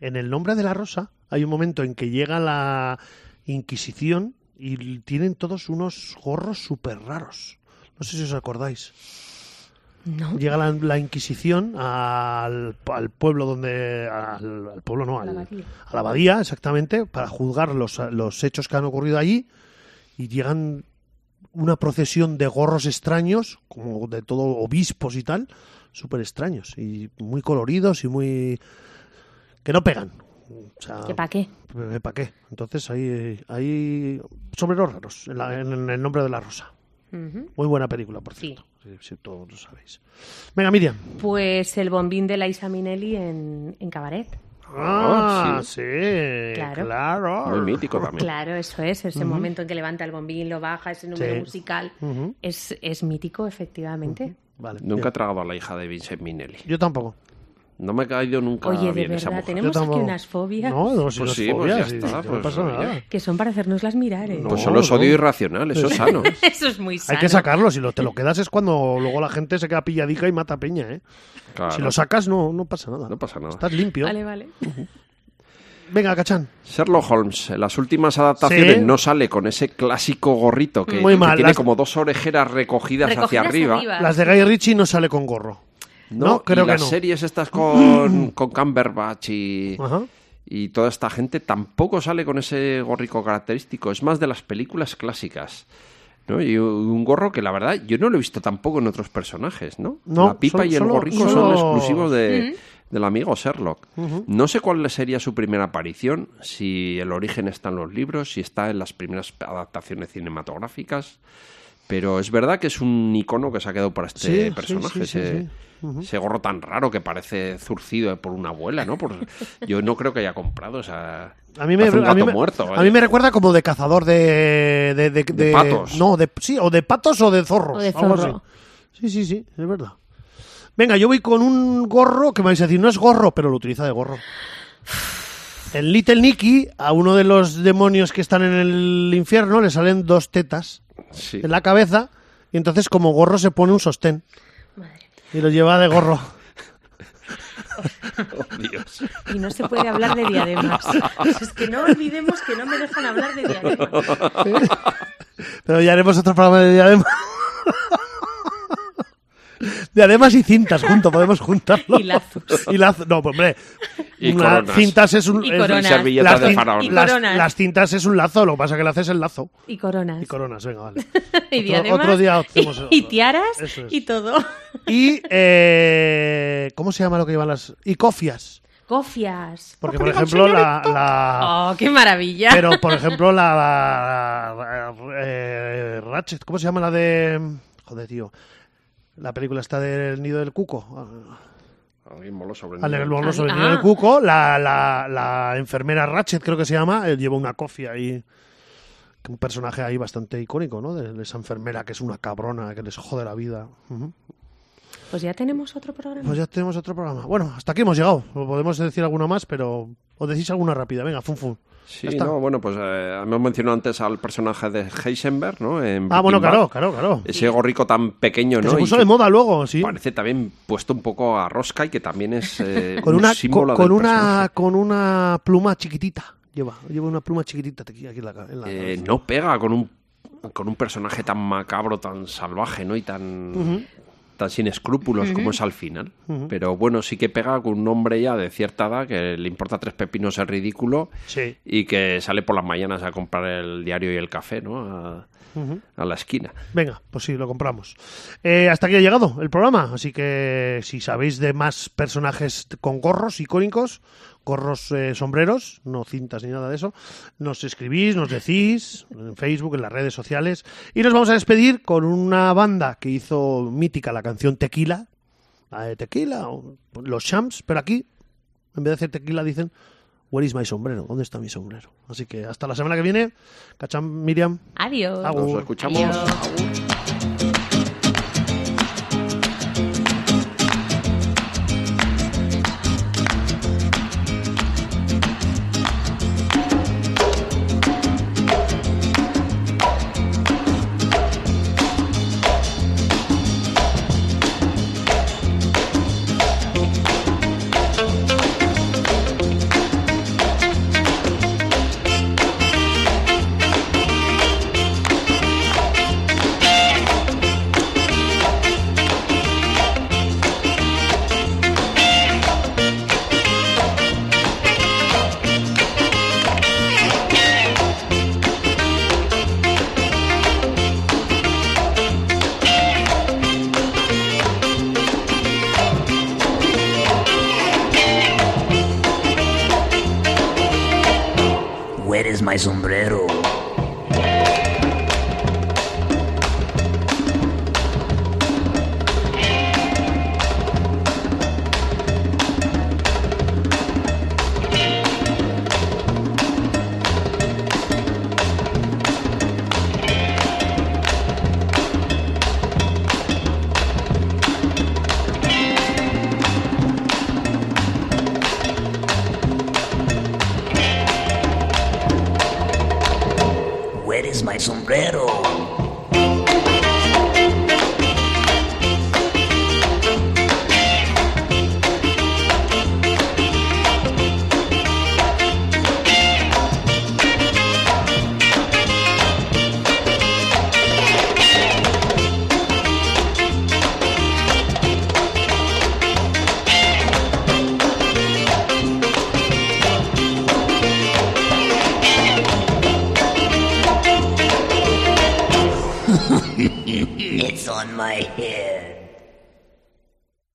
Speaker 1: en El nombre de la rosa hay un momento en que llega la Inquisición y tienen todos unos gorros súper raros. No sé si os acordáis.
Speaker 3: No.
Speaker 1: Llega la, la Inquisición al, al pueblo donde... Al, al pueblo no, al-
Speaker 3: abadía.
Speaker 1: a la abadía, exactamente, para juzgar los, los hechos que han ocurrido allí. Y llegan una procesión de gorros extraños, como de todo obispos y tal, súper extraños y muy coloridos y muy... que no pegan. O sea,
Speaker 3: ¿Que para qué?
Speaker 1: ¿Para qué? Entonces hay, hay sombreros raros en, la- en el nombre de la rosa.
Speaker 3: Ujú.
Speaker 1: Muy buena película, por
Speaker 3: Sí.
Speaker 1: cierto. Si, si todos lo sabéis. Venga, Miriam.
Speaker 3: Pues el bombín de la Isa Minelli en, en Cabaret.
Speaker 1: Ah,
Speaker 2: Ah,
Speaker 1: sí. Claro.
Speaker 3: Claro.
Speaker 2: Muy mítico también.
Speaker 3: Claro, eso es. Ese momento en que levanta el bombín, lo baja, ese número
Speaker 1: Sí.
Speaker 3: musical.
Speaker 1: Ujú.
Speaker 3: es, es mítico, efectivamente.
Speaker 1: Vale,
Speaker 2: Nunca he
Speaker 1: bien.
Speaker 2: tragado a la hija de Vincent Minnelli.
Speaker 1: Yo tampoco.
Speaker 2: No me ha caído nunca
Speaker 3: Oye, de
Speaker 2: bien esa mujer.
Speaker 3: verdad,
Speaker 1: Yo
Speaker 3: tenemos aquí
Speaker 1: tampoco.
Speaker 3: unas fobias
Speaker 1: No, no, si
Speaker 2: Pues
Speaker 1: no es
Speaker 2: sí, pues
Speaker 1: fobia,
Speaker 2: ya
Speaker 1: sí,
Speaker 2: está,
Speaker 1: sí, no
Speaker 2: pues
Speaker 1: pasa
Speaker 2: mira.
Speaker 1: nada.
Speaker 3: que son para hacernoslas mirar. ¿eh?
Speaker 2: Pues
Speaker 1: No,
Speaker 2: solo es odio
Speaker 1: no.
Speaker 2: irracional, eso
Speaker 1: [laughs]
Speaker 2: es sano.
Speaker 3: [laughs] Eso es muy
Speaker 1: Hay
Speaker 3: sano.
Speaker 1: que sacarlo, si lo, te lo quedas es cuando luego la gente se queda pilladica y mata a peña, ¿eh?
Speaker 2: Claro.
Speaker 1: Si lo sacas no, no pasa nada.
Speaker 2: No pasa nada.
Speaker 1: Estás limpio.
Speaker 3: Vale, vale.
Speaker 1: Venga, Cachán.
Speaker 2: Sherlock Holmes, en las últimas adaptaciones
Speaker 1: Sí.
Speaker 2: no sale con ese clásico gorrito que,
Speaker 1: Muy
Speaker 2: que
Speaker 1: mal,
Speaker 2: tiene
Speaker 1: las-
Speaker 2: como dos orejeras recogidas, hacia
Speaker 3: Recogidas
Speaker 2: arriba.
Speaker 3: arriba.
Speaker 1: Las de Guy Ritchie no sale con gorro. No,
Speaker 2: No,
Speaker 1: creo
Speaker 2: y
Speaker 1: que
Speaker 2: las
Speaker 1: no.
Speaker 2: series
Speaker 1: [clears throat]
Speaker 2: estas con, con Cumberbatch y,
Speaker 1: Ajá.
Speaker 2: y toda esta gente tampoco sale con ese gorrico característico. Es más de las películas clásicas. ¿no? Y un gorro que la verdad yo no lo he visto tampoco en otros personajes, ¿no?
Speaker 1: No,
Speaker 2: la pipa
Speaker 1: solo-
Speaker 2: y el
Speaker 1: solo-
Speaker 2: gorrico
Speaker 1: solo-
Speaker 2: son exclusivos de, del amigo Sherlock. No sé cuál sería su primera aparición, si el origen está en los libros, si está en las primeras adaptaciones cinematográficas, pero es verdad que es un icono que se ha quedado para
Speaker 1: Sí,
Speaker 2: este
Speaker 1: sí,
Speaker 2: personaje.
Speaker 1: sí, sí,
Speaker 2: ese-
Speaker 1: sí.
Speaker 2: ese gorro tan raro que parece zurcido por una abuela, ¿no? Por- yo no creo que haya comprado, o sea,
Speaker 1: A mí me,
Speaker 2: parece un
Speaker 1: a mí
Speaker 2: gato
Speaker 1: me-
Speaker 2: muerto.
Speaker 1: a
Speaker 2: ¿vale?
Speaker 1: mí me recuerda como de cazador de... De, de- de-
Speaker 2: patos.
Speaker 1: No, de, sí, o de patos o de zorros.
Speaker 3: O de
Speaker 1: algo así.
Speaker 3: zorro.
Speaker 1: Sí, sí, sí, es verdad. Venga, yo voy con un gorro que me vais a decir, no es gorro, pero lo utiliza de gorro. En Little Nicky, a uno de los demonios que están en el infierno le salen dos tetas
Speaker 2: Sí.
Speaker 1: en la cabeza y entonces como gorro se pone un sostén
Speaker 3: Madre.
Speaker 1: y lo lleva de gorro.
Speaker 2: Oh, Dios.
Speaker 3: Y no se puede hablar de diademas. [laughs] es que no olvidemos que no me dejan hablar de diademas.
Speaker 1: Pero ya haremos otro programa de diademas. Diademas y cintas junto, podemos juntarlo.
Speaker 3: Y lazos.
Speaker 1: Y lazos. No, pues, hombre.
Speaker 2: Y
Speaker 1: una-
Speaker 2: coronas.
Speaker 1: cintas es un.
Speaker 3: Y
Speaker 1: es-
Speaker 3: coronas.
Speaker 2: servilletas
Speaker 1: las
Speaker 2: de
Speaker 1: cin-
Speaker 2: faraón.
Speaker 3: Y
Speaker 1: Las,
Speaker 3: coronas.
Speaker 1: las cintas es un lazo, lo que pasa es que le haces el lazo.
Speaker 3: Y coronas.
Speaker 1: Y coronas, venga, vale.
Speaker 3: [laughs] Y
Speaker 1: Otro-
Speaker 3: diademas.
Speaker 1: otro día hacemos
Speaker 3: y-
Speaker 1: otro.
Speaker 3: y, tiaras.
Speaker 1: Eso es.
Speaker 3: Y
Speaker 1: [laughs]
Speaker 3: todo.
Speaker 1: Y. eh, ¿Cómo se llama lo que llevan las.? Y cofias.
Speaker 3: Cofias.
Speaker 1: Porque, por ejemplo, la. la-
Speaker 3: Oh, qué maravilla.
Speaker 1: Ah. Pero, por ejemplo, la. la- eh, Ratchet, ¿cómo se llama la de. Joder, tío. La película está del nido del cuco.
Speaker 2: Alguien moló sobre
Speaker 1: Al
Speaker 2: mí.
Speaker 1: negro Morlo
Speaker 3: Ah,
Speaker 1: sobre el
Speaker 3: ah.
Speaker 1: nido del cuco, la, la, la enfermera Ratchet, creo que se llama, eh, lleva una cofia ahí. que Un personaje ahí bastante icónico, ¿no? De de esa enfermera que es una cabrona, que les jode la vida. Ujú.
Speaker 3: Pues ya tenemos otro programa.
Speaker 1: Pues ya tenemos otro programa. Bueno, hasta aquí hemos llegado. Podemos decir alguna más, pero. O decís alguna rápida. Venga, fun fun.
Speaker 2: Sí,
Speaker 1: Ya está.
Speaker 2: no, bueno, pues eh, hemos mencionado antes al personaje de Heisenberg, ¿no? En
Speaker 1: Ah, bueno,
Speaker 2: Breaking Bad.
Speaker 1: claro, claro, claro.
Speaker 2: Ese gorrico tan pequeño,
Speaker 1: Que
Speaker 2: ¿no?
Speaker 1: se
Speaker 2: Y
Speaker 1: puso
Speaker 2: que
Speaker 1: de moda luego, sí.
Speaker 2: Parece también puesto un poco a rosca y que también es eh,
Speaker 1: [laughs] Con
Speaker 2: un
Speaker 1: una,
Speaker 2: símbolo
Speaker 1: con, con
Speaker 2: del
Speaker 1: una,
Speaker 2: personaje.
Speaker 1: con una pluma chiquitita. Lleva, lleva una pluma chiquitita aquí aquí en la, ca- en la
Speaker 2: Eh,
Speaker 1: cabeza.
Speaker 2: no pega con un, con un personaje tan macabro, tan salvaje, ¿no? Y tan, tan sin escrúpulos como es al final. Pero bueno, sí que pega con un hombre ya de cierta edad que le importa tres pepinos el ridículo
Speaker 1: Sí.
Speaker 2: y que sale por las mañanas a comprar el diario y el café, ¿no? A, a la esquina.
Speaker 1: Venga, pues sí, lo compramos. Eh, hasta aquí ha llegado el programa, así que si sabéis de más personajes con gorros icónicos, gorros eh, sombreros, no cintas ni nada de eso, nos escribís, nos decís en Facebook, en las redes sociales, y nos vamos a despedir con una banda que hizo mítica la canción Tequila, la de Tequila, o los Shams, pero aquí, en vez de hacer Tequila, dicen... Where is my sombrero? ¿Dónde está mi sombrero? Así que hasta la semana que viene. Cacham, Miriam.
Speaker 3: Adiós.
Speaker 1: Agur.
Speaker 2: Nos escuchamos.
Speaker 3: Adiós.
Speaker 7: Where is my sombrero? Where is my sombrero? It's on my head.